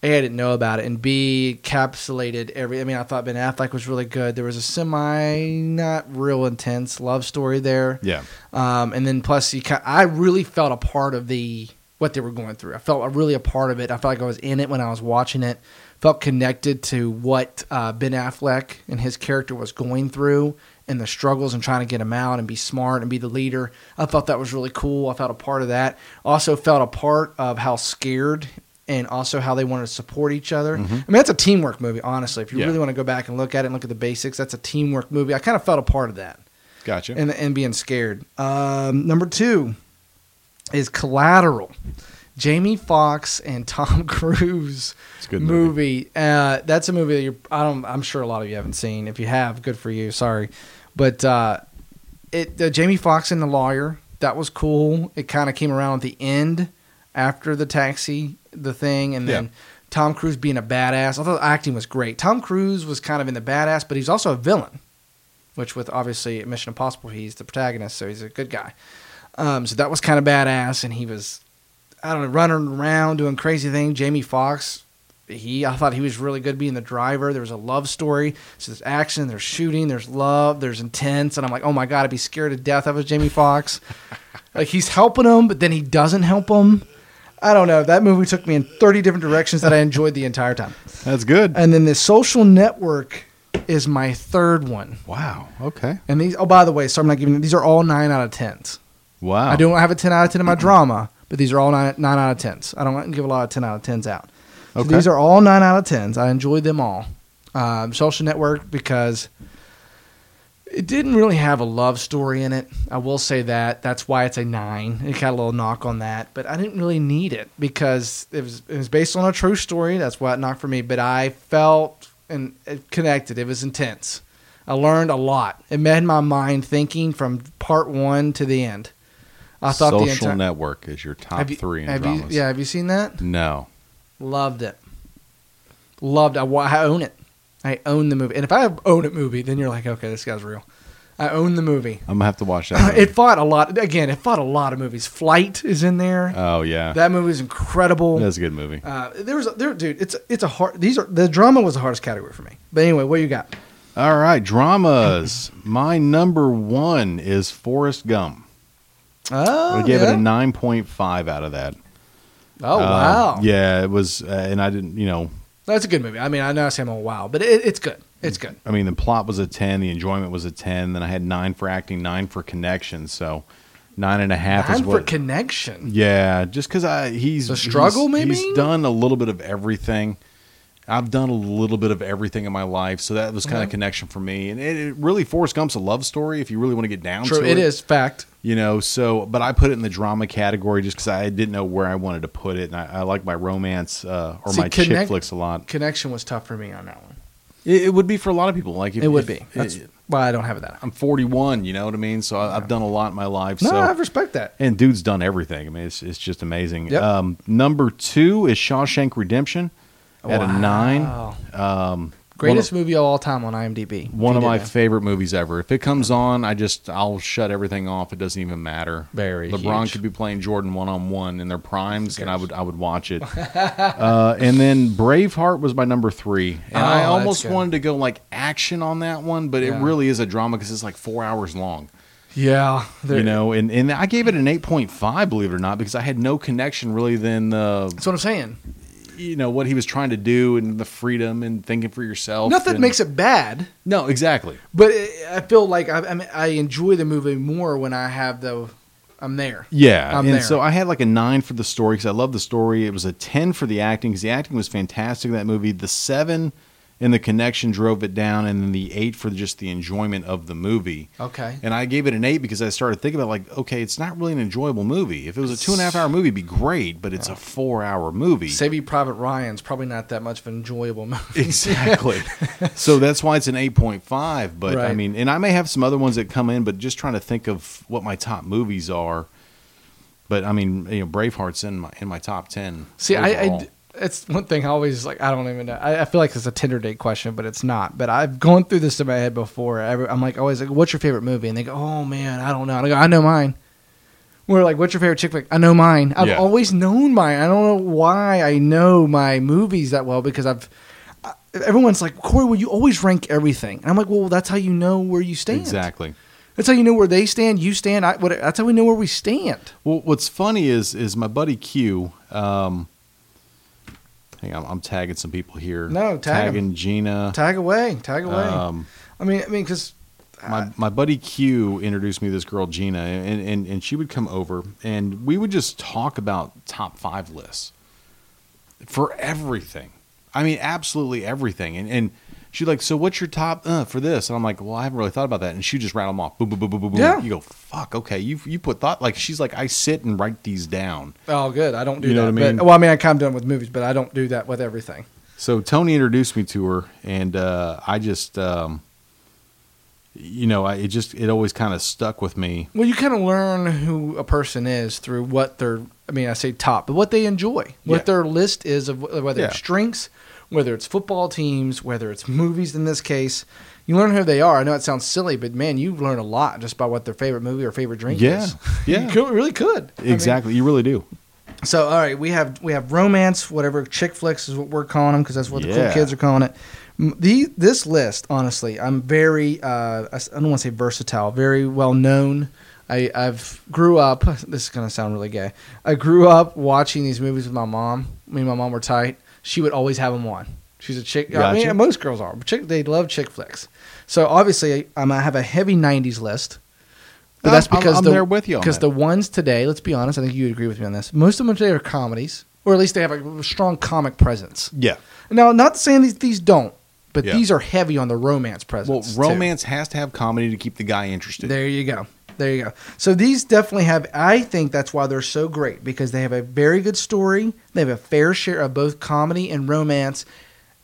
S3: a, I didn't know about it, and B, encapsulated every. I mean, I thought Ben Affleck was really good. There was a semi, not real intense love story there.
S1: yeah.
S3: Um, and then plus, you kind I really felt a part of the what they were going through. I felt really a part of it. I felt like I was in it when I was watching it. Felt connected to what uh, Ben Affleck and his character was going through and the struggles and trying to get him out and be smart and be the leader. I thought that was really cool. I felt a part of that. Also felt a part of how scared and also how they wanted to support each other. I mean, that's a teamwork movie, honestly. If you
S1: Yeah.
S3: really want to go back and look at it and look at the basics, that's a teamwork movie. I kind of felt a part of that
S1: Gotcha.
S3: and and being scared. Um, number two is Collateral. Jamie Foxx and Tom [LAUGHS] Cruise
S1: It's a good
S3: movie. Uh, that's a movie that you're. I don't. I'm sure a lot of you haven't seen. If you have, good for you. Sorry, but uh, it uh, Jamie Foxx and the lawyer. That was cool. It kind of came around at the end after the taxi, the thing, and then
S1: Yeah.
S3: Tom Cruise being a badass. I thought the acting was great. Tom Cruise was kind of in the badass, but he's also a villain, which with obviously Mission Impossible, he's the protagonist, so he's a good guy. Um, so that was kind of badass, and he was, I don't know, running around doing crazy things. Jamie Foxx, he, I thought he was really good being the driver. There was a love story, so there's action, there's shooting, there's love, there's intense, and I'm like, oh my god, I'd be scared to death if it was Jamie Foxx. like he's helping him, but then he doesn't help him. I don't know. That movie took me in 30 different directions that I enjoyed the entire time.
S1: That's good.
S3: And then the social network is my third one.
S1: wow. Okay.
S3: And these, oh, by the way, so I'm not giving these are all nine out of 10s.
S1: Wow.
S3: I don't have a 10 out of 10 in my drama, but these are all 9, nine out of 10s. I don't give a lot of 10 out of 10s out. So
S1: Okay.
S3: these are all 9 out of 10s. I enjoyed them all. Um, Social Network because it didn't really have a love story in it. I will say that. That's why it's a 9. It got a little knock on that, but I didn't really need it because it was, it was based on a true story. That's why it knocked for me, but I felt and it connected. It was intense. I learned a lot. It made my mind thinking from part one to the end. I thought
S1: Social
S3: the entire
S1: Network is your top
S3: have you-
S1: three in
S3: have you-
S1: dramas.
S3: yeah, have you seen that?
S1: No.
S3: Loved it. Loved. I, wa- I own it. I own the movie. And if I own a movie, then you're like, okay, this guy's real. I own the movie.
S1: I'm gonna have to watch that.
S3: [LAUGHS] It
S1: movie.
S3: fought a lot. Again, it fought a lot of movies. Flight is in there.
S1: oh yeah.
S3: that movie is incredible.
S1: That's a good movie.
S3: uh, there was a, there, dude. It's it's a hard. These are the drama was the hardest category for me. But anyway, what you got?
S1: All right, dramas. My number one is Forrest Gump.
S3: Oh,
S1: I gave
S3: yeah.
S1: it a nine point five out of that.
S3: oh
S1: Uh,
S3: wow,
S1: Yeah, it was, uh, and I didn't. You know,
S3: that's a good movie. I mean, I know I say I'm a wow, but it, it's good. It's good.
S1: I mean, the plot was a ten, the enjoyment was a ten. Then I had nine for acting, nine for connection. So nine and a half
S3: Time
S1: is what.
S3: for connection.
S1: yeah, just because I he's
S3: The struggle,
S1: he's-
S3: maybe?
S1: he's done a little bit of everything. I've done a little bit of everything in my life, so that was kind
S3: Okay.
S1: of connection for me. And it, it really Forrest Gump's a love story if you really want to get down
S3: True,
S1: to
S3: it is fact.
S1: you know so but i put it in the drama category just because i didn't know where i wanted to put it and i, I like my romance uh, or
S3: See,
S1: my chick
S3: connect-
S1: flicks a lot
S3: Connection was tough for me on that one.
S1: it, it would be for a lot of people like if,
S3: It would
S1: if-
S3: be. That's
S1: it-
S3: why I don't have it that. high.
S1: i'm 41 you know what i mean so I, i've done a lot in my life
S3: No,
S1: so
S3: I respect that.
S1: and dude's done everything i mean it's, it's just amazing
S3: Yep.
S1: um, number two is shawshank redemption at a nine um,
S3: Wow. Greatest movie of all time on IMDb.
S1: one
S3: If
S1: of
S3: you
S1: my
S3: didn't know.
S1: favorite movies ever if it comes on i just i'll shut everything off it doesn't even matter
S3: Very
S1: lebron
S3: huge.
S1: could be playing jordan one-on-one in their primes and i would i would watch
S3: [LAUGHS]
S1: it uh, and then braveheart was my number three and
S3: Oh,
S1: i
S3: that's
S1: almost
S3: good.
S1: wanted to go like action on that one but
S3: Yeah.
S1: it really is a drama because it's like four hours long
S3: yeah, there-
S1: you know and, and i gave it an 8.5 believe it or not because i had no connection really than the
S3: That's what I'm saying.
S1: you know what he was trying to do and the freedom and thinking for yourself.
S3: Nothing
S1: Oh, and-
S3: makes it bad,
S1: no exactly.
S3: but it, I feel like I, I, mean, I enjoy the movie more when I have the I'm there.
S1: Yeah,
S3: I'm
S1: and
S3: there.
S1: so I had like a nine for the story because I love the story. It was a ten for the acting because the acting was fantastic in that movie. The seven and the connection drove it down, and then the eight for just the enjoyment of the movie.
S3: Okay.
S1: And I gave it an eight because I started thinking about like, okay, it's not really an enjoyable movie. If it was a two and a half hour movie, it'd be great, but it's a four hour movie.
S3: Saving Private Ryan's probably not that much of an enjoyable [LAUGHS] movie.
S1: Exactly. [LAUGHS] so that's why it's an 8.5. But I
S3: Right.
S1: mean, and I may have some other ones that come in, but just trying to think of what my top movies are. But I mean, you know, Braveheart's in my in my top ten.
S3: See, I, I
S1: overall.
S3: d- it's one thing I always like. I don't even know. I, I feel like it's a Tinder date question, but it's not. But I've gone through this in my head before. Every- I'm like always like, "What's your favorite movie?" And they go, "Oh man, I don't know." And I go, "I know mine." We're like, "What's your favorite chick flick?" I know mine. I've
S1: Yeah.
S3: always known mine. I don't know why I know my movies that well because I've. I- Everyone's like, Corey, will you always rank everything? And I'm like, well, that's how you know where you stand.
S1: exactly.
S3: That's how you know where they stand. You stand. I, what, that's how we know where we stand.
S1: Well, what's funny is is my buddy Q. Um, hang on, I'm tagging some people here.
S3: No, tag 'em.
S1: tagging Gina.
S3: Tag away. Tag away.
S1: Um,
S3: I mean, I mean, because
S1: my, my buddy Q introduced me to this girl Gina, and, and and she would come over, and we would just talk about top five lists for everything. I mean, absolutely everything. And and she's like, "So what's your top uh, for this?" And I'm like, "Well, I haven't really thought about that." And she just rattle them off, boom, boom, boom, boom, boom, boom.
S3: Yeah.
S1: You go, "Fuck, okay, you you put thought like she's like, I sit and write these down."
S3: Oh, good. I don't do
S1: You know
S3: that.
S1: what I mean?
S3: But, well, I mean, I kind of done with movies, but I don't do that with everything.
S1: So Tony introduced me to her, and uh, I just, um, you know, I, it just it always kind of stuck with me.
S3: Well, you kind of learn who a person is through what their, I mean, I say top, but what they enjoy,
S1: Yeah.
S3: what their list is of wh- whether it's
S1: Yeah.
S3: strengths, whether it's football teams, whether it's movies in this case. You learn who they are. I know it sounds silly, but man, you learn a lot just by what their favorite movie or favorite drink
S1: Yeah, [LAUGHS]
S3: is.
S1: yeah.
S3: you could, really could. I mean,
S1: Exactly, you really do.
S3: So all right, we have we have romance, whatever chick flicks is what we're calling them because that's what the cool
S1: Yeah.
S3: kids are calling it. M- The this list, honestly, I'm very uh, I s- I don't want to say versatile, very well known. I I've grew up. [LAUGHS] This is gonna sound really gay. I grew up watching these movies with my mom. Me and my mom were tight. She would always have them on. She's a chick. I mean,
S1: Gotcha.
S3: most girls are. But chick, they love chick flicks. So obviously, I'm gonna have a heavy '90s list. But that's
S1: I'm- I'm-
S3: because
S1: I'm
S3: the,
S1: there with you on
S3: Because
S1: that.
S3: the ones today, let's be honest, I think you would agree with me on this. Most of them today are comedies, or at least they have a strong comic presence.
S1: Yeah.
S3: Now, not saying these these don't, but
S1: Yeah.
S3: these are heavy on the romance
S1: Well,
S3: presence. too.
S1: romance has to have comedy to keep the guy interested.
S3: There you go. There you go. So these definitely have. I think that's why they're so great because they have a very good story. They have a fair share of both comedy and romance,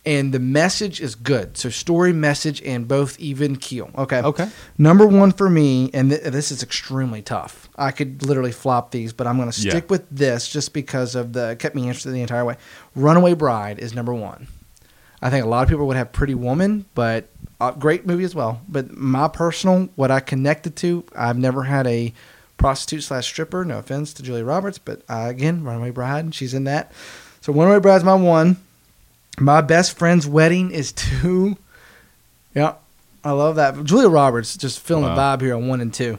S3: and the message is good. So story, message, and both even keel. Okay.
S1: Okay.
S3: Number one for me, and th- this is extremely tough. I could literally flop these, but I'm going to
S1: Yeah.
S3: stick with this just because of the it kept me interested the entire way. Runaway Bride is number one. I think a lot of people would have Pretty Woman, but uh, great movie as well. But my personal, what I connected to, I've never had a prostitute slash stripper. No offense to Julia Roberts, but uh, again, Runaway Bride, she's in that. So Runaway Bride's my one. My best friend's wedding is two. Yep, I love that. Julia Roberts just feeling
S1: Wow.
S3: the vibe here on one and two.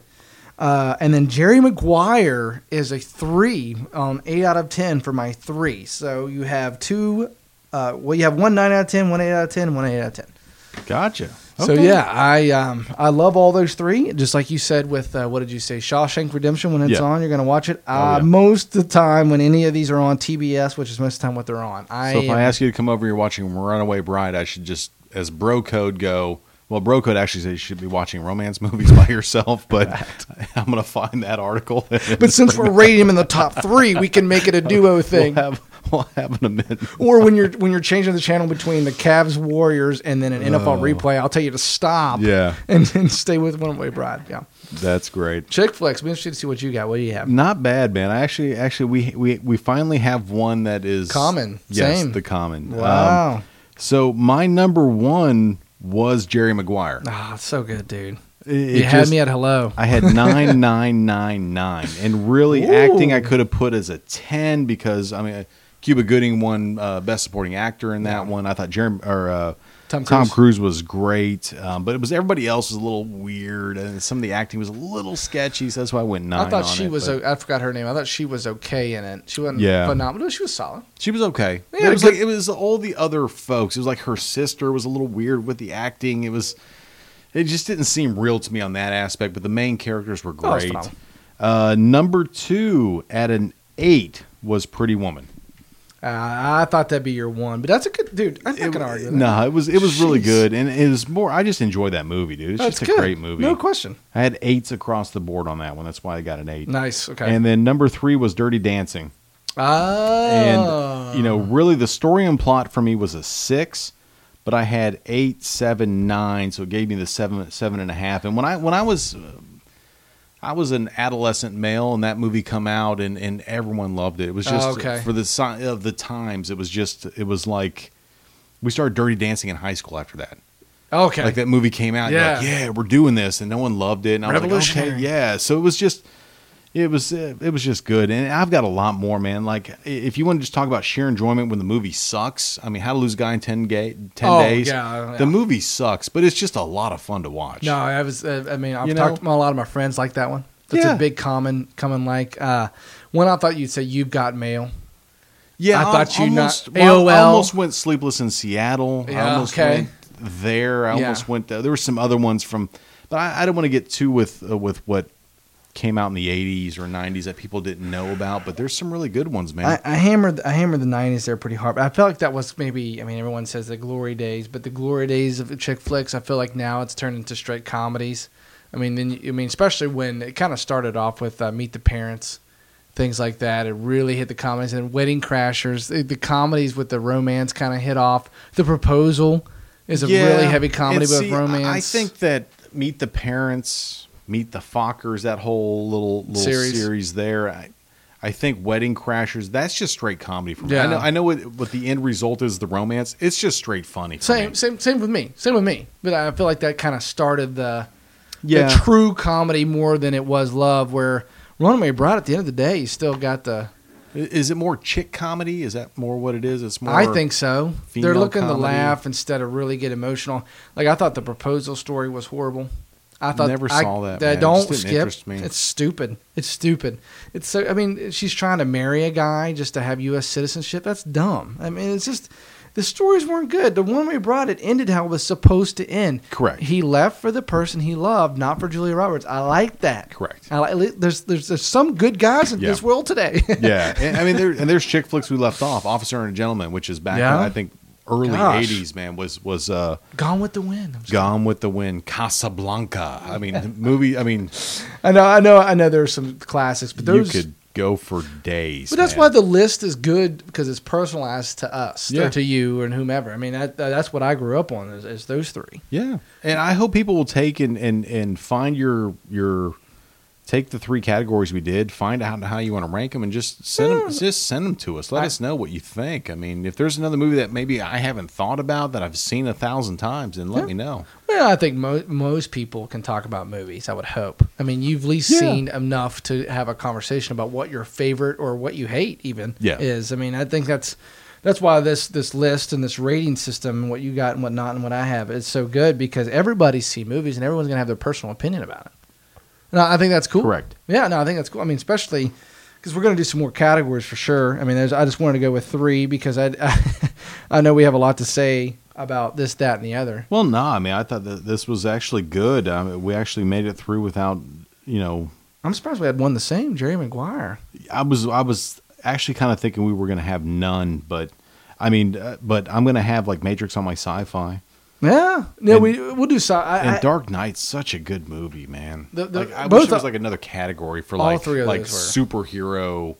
S3: Uh, and then Jerry Maguire is a three on eight out of ten for my three. So you have two uh, well, you have one nine out of ten, one eight out of ten, and one eight out of ten.
S1: Gotcha.
S3: So
S1: Okay.
S3: yeah, I um, I love all those three. Just like you said with uh, what did you say, Shawshank Redemption? When it's
S1: Yeah.
S3: on, you're gonna watch it.
S1: Oh,
S3: Uh,
S1: yeah.
S3: Most of the time, when any of these are on TBS, which is most of the time what they're on. I uh,
S1: So if
S3: am-
S1: I ask you to come over, you're watching Runaway Bride. I should just, as bro code go. Well, bro code actually says you should be watching romance [LAUGHS] movies by yourself, but [LAUGHS] I'm gonna find that article. [LAUGHS]
S3: but since we're rating them in the top three, we can make it a duo
S1: we'll
S3: thing.
S1: have we'll have an amendment.
S3: or when you're when you're changing the channel between the Cavs Warriors and then an NFL replay, I'll tell you to stop.
S1: Oh. Yeah.
S3: and then stay with One Way Bride. Yeah,
S1: That's great.
S3: chick flicks. Be interested to see what you got. What do you have?
S1: Not bad, man. I actually, actually, we we we finally have one that is
S3: Common.
S1: Yes,
S3: Same.
S1: the common. Um,
S3: Wow.
S1: so my number one was Jerry Maguire.
S3: Ah, it's so good, dude.
S1: It- it
S3: You had
S1: just-
S3: me at hello.
S1: I
S3: [LAUGHS]
S1: had nine nine nine nine, and really
S3: Ooh.
S1: acting I could have put as a ten because I mean Cuba Gooding won uh, best supporting actor in that one. I thought Jeremy or uh,
S3: Tom
S1: Tom
S3: Cruise.
S1: Cruise was great, um, but it was everybody else was a little weird, and some of the acting was a little sketchy. So that's why I went nine.
S3: I thought
S1: on
S3: she
S1: it,
S3: was.
S1: but
S3: o- I forgot her name. I thought she was okay in it. She wasn't
S1: Yeah.
S3: phenomenal. She was solid.
S1: she was okay.
S3: They
S1: it
S3: had a
S1: was
S3: good-
S1: like it was all the other folks. It was like her sister was a little weird with the acting. It was, it just didn't seem real to me on that aspect. But the main characters were
S3: Oh, it's
S1: great.
S3: phenomenal.
S1: uh, number two at an eight was Pretty Woman.
S3: Uh, I thought that'd be your one, but that's a good dude. I'm not
S1: It-
S3: gonna argue. with that.
S1: No, it was it was really
S3: Jeez.
S1: good, and it was more. I just enjoyed that movie, dude. It's
S3: that's
S1: just a
S3: good.
S1: great movie.
S3: No question.
S1: I had eights across the board on that one. That's why I got an eight.
S3: Nice. Okay.
S1: And then number three was Dirty Dancing.
S3: oh.
S1: And, you know, really the story and plot for me was a six, but I had eight, seven, nine. So it gave me the seven, seven and a half. And when I, when I was, uh, I was an adolescent male and that movie come out and, and everyone loved it. It was
S3: Oh,
S1: just
S3: okay.
S1: for the sign of the times. It was just, it was like, we started dirty dancing in high school after that.
S3: Oh. Okay.
S1: Like that movie came out, yeah. Like,
S3: Yeah.
S1: yeah, we're doing this, and no one loved it. And I was like, okay,
S3: Revolutionary.
S1: yeah. So it was just, it was, uh, it was just good. And I've got a lot more, man. Like i- if you want to just talk about sheer enjoyment when the movie sucks, I mean, How to Lose a Guy in 10, ga- 10
S3: Oh,
S1: Days.
S3: yeah, yeah.
S1: The movie sucks, but it's just a lot of fun to watch.
S3: No, I was. Uh, I mean, I've
S1: You
S3: talked
S1: know?
S3: to a lot of my friends like that one. That's
S1: Yeah.
S3: a big common, common like. Uh, one I thought you'd say you've got mail.
S1: yeah,
S3: I thought you not-
S1: almost, well, I
S3: AOL.
S1: almost went Sleepless in Seattle. I
S3: Yeah,
S1: almost
S3: okay.
S1: went there. I
S3: Yeah.
S1: almost went there. There were some other ones from, but I, I don't want to get too with uh, with what came out in the 80s or 90s that people didn't know about but there's some really good ones man
S3: I, I hammered. I hammered the '90s there pretty hard. But I felt like that was maybe. I mean, everyone says the glory days, but the glory days of the chick flicks. I feel like now it's turned into straight comedies. I mean, then you- I mean, especially when it kind of started off with uh, Meet the Parents, things like that. It really hit the comedies and Wedding Crashers. The, the comedies with the romance kind of hit off. The Proposal is a really
S1: Yeah.
S3: heavy comedy
S1: And
S3: with
S1: see, I-
S3: romance.
S1: I think that Meet the Parents, Meet the Fockers, that whole little little
S3: Series.
S1: series, there. I, I think Wedding Crashers. That's just straight comedy for me.
S3: Yeah.
S1: I know. I know what, what the end result is. The romance. It's just straight funny. For
S3: Same,
S1: me.
S3: same, same with me. Same with me. But I feel like that kind of started the,
S1: Yeah.
S3: the true comedy more than it was love. Where Runaway Bride, at the end of the day, you still got the.
S1: I- Is it more chick comedy? Is that more what it is? It's more.
S3: I think so. They're
S1: female
S3: looking to
S1: comedy.
S3: laugh instead of really get emotional. Like I thought the proposal story was horrible. I thought
S1: Never
S3: I-
S1: saw that,
S3: that
S1: man. It
S3: don't
S1: just didn't
S3: skip.
S1: interest me.
S3: It's stupid. It's stupid. It's so. I mean, she's trying to marry a guy just to have U.S. citizenship. That's dumb. I mean, it's just the stories weren't good. The one we brought it ended how it was supposed to end.
S1: Correct.
S3: He left for the person he loved, not for Julia Roberts. I like that.
S1: Correct.
S3: I like, there's, there's there's some good guys in
S1: Yeah.
S3: this world today.
S1: yeah, [LAUGHS] and, I mean, there, and there's chick flicks we left off, Officer and Gentleman, which is back.
S3: Yeah.
S1: I think early
S3: Gosh.
S1: '80s, man, was was uh,
S3: [LAUGHS] Gone with the wind. I'm sorry.
S1: Gone with the Wind, Casablanca. I mean, movie. I mean,
S3: I know, I know, I know. There's some classics, but those.
S1: you could go for days.
S3: but that's
S1: man.
S3: why the list is good because it's personalized to us
S1: Yeah.
S3: or to you and whomever. I mean, that, that's what I grew up on is, is those three.
S1: yeah, and I hope people will take and and and find your your take the three categories we did, find out how you want to rank them, and just send them just send them to us. Let
S3: I-
S1: us know what you think. I mean, if there's another movie that maybe I haven't thought about that I've seen a thousand times, then let
S3: Yeah.
S1: me know.
S3: Well, I think mo- most people can talk about movies. I would hope. I mean, you've at least
S1: Yeah.
S3: seen enough to have a conversation about what your favorite or what you hate, even
S1: Yeah.
S3: is. I mean, I think that's that's why this this list and this rating system, and what you got and what not and what I have, is so good because everybody's seen movies and everyone's gonna have their personal opinion about it. No, I think that's cool.
S1: Correct.
S3: Yeah, no, I think that's cool. I mean, especially because we're going to do some more categories for sure. I mean, there's, I just wanted to go with three because I, [LAUGHS] I, know we have a lot to say about this, that, and the other.
S1: Well, no, I mean, I thought that this was actually good. I mean, we actually made it through without you know.
S3: I'm surprised we had one the same, Jerry Maguire.
S1: I was I was actually kind of thinking we were going to have none, but I mean, uh, but I'm going to have like Matrix on my sci-fi.
S3: Yeah, no,
S1: And-
S3: we we'll do so. I,
S1: And
S3: I-
S1: Dark Knight's such a good movie, man.
S3: The- the-
S1: like, I
S3: both
S1: wish there was
S3: are-
S1: like another category for
S3: All
S1: like
S3: three of
S1: like
S3: those were. Oh,
S1: superhero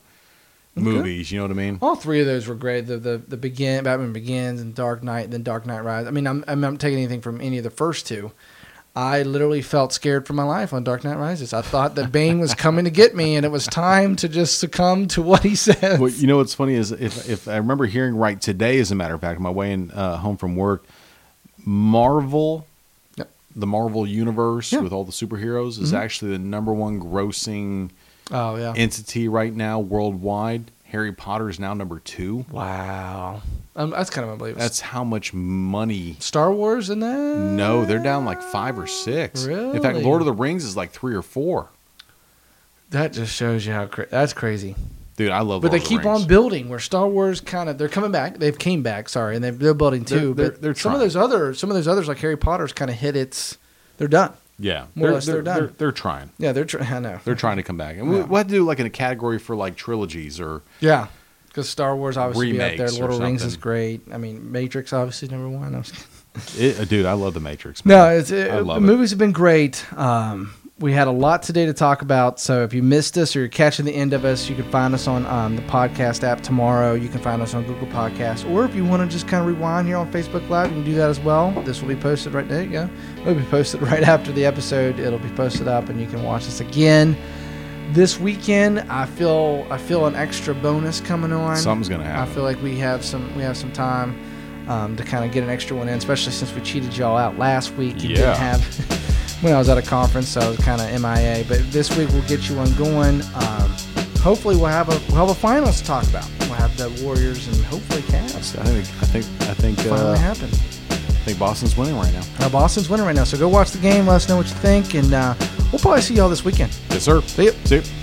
S1: movies. You know what I mean?
S3: all three of those were great. The the the begin Batman Begins and Dark Knight, then Dark Knight Rises. I mean, I'm I'm not taking anything from any of the first two. I literally felt scared for my life on Dark Knight Rises. I thought that Bane was coming to get me, and it was time to just succumb to what he said.
S1: Well, you know what's funny is if if I remember hearing right today, as a matter of fact, on my way in uh, home from work, Marvel,
S3: Yep.
S1: the Marvel universe
S3: Yeah. Mm-hmm.
S1: with all the superheroes is actually the number one grossing
S3: Oh yeah,
S1: entity right now worldwide, Harry Potter is now number two.
S3: Wow, um, that's kind of unbelievable.
S1: That's how much money.
S3: Star Wars in that?
S1: No, they're down like five or six. In fact,
S3: Really?
S1: Lord of the Rings is like three or four.
S3: That just shows you how cra- that's crazy.
S1: Dude, I love. Lord
S3: But they
S1: of the
S3: keep
S1: Rings.
S3: on building. Where Star Wars kind of they're coming back. They've came back. Sorry, and they're, they're building
S1: They're-
S3: too.
S1: they're-
S3: but
S1: they're
S3: some of
S1: trying.
S3: those other some of those others like Harry Potter's kind of hit its. They're done.
S1: Yeah,
S3: More or less they're done.
S1: They're, they're trying.
S3: Yeah, they're. Tr- [LAUGHS] I know.
S1: They're trying to come back, and we,
S3: Yeah.
S1: we'll have to do like in a category for like trilogies or
S3: yeah, because Star Wars obviously be up there.
S1: Remakes
S3: Lord
S1: or
S3: of the Rings is
S1: something.
S3: great. I mean, Matrix obviously number one. I was kidding.
S1: It, uh, dude, I love the Matrix.
S3: No,
S1: man.
S3: it's it,
S1: I love
S3: the movies have been great. Um, we had a lot today to talk about. So if you missed us or you're catching the end of us, you can find us on um, the podcast app tomorrow. You can find us on Google Podcasts, or if you want to just kind of rewind here on Facebook Live, you can do that as well. This will be posted right there. You go. It'll be posted [LAUGHS] right after the episode. It'll be posted up, and you can watch us again this weekend. I feel I feel an extra bonus coming on.
S1: it. Something's gonna
S3: I
S1: happen.
S3: feel like we have some we have some time um, to kind of get an extra one in, especially since we cheated y'all out last week.
S1: Yeah.
S3: You didn't have [LAUGHS] when I was at a conference, so I was kind of MIA. But this week we'll get you one going. Um, hopefully we'll have a we'll have a finals to talk about. We'll have the Warriors and hopefully Cavs.
S1: I think I think I think
S3: Finally
S1: uh,
S3: happen.
S1: I think Boston's winning right now.
S3: Uh, Boston's winning right now, so go watch the game. Let us know what you think, and uh, we'll probably see y'all this weekend.
S1: Yes, sir.
S3: See ya.
S1: See ya.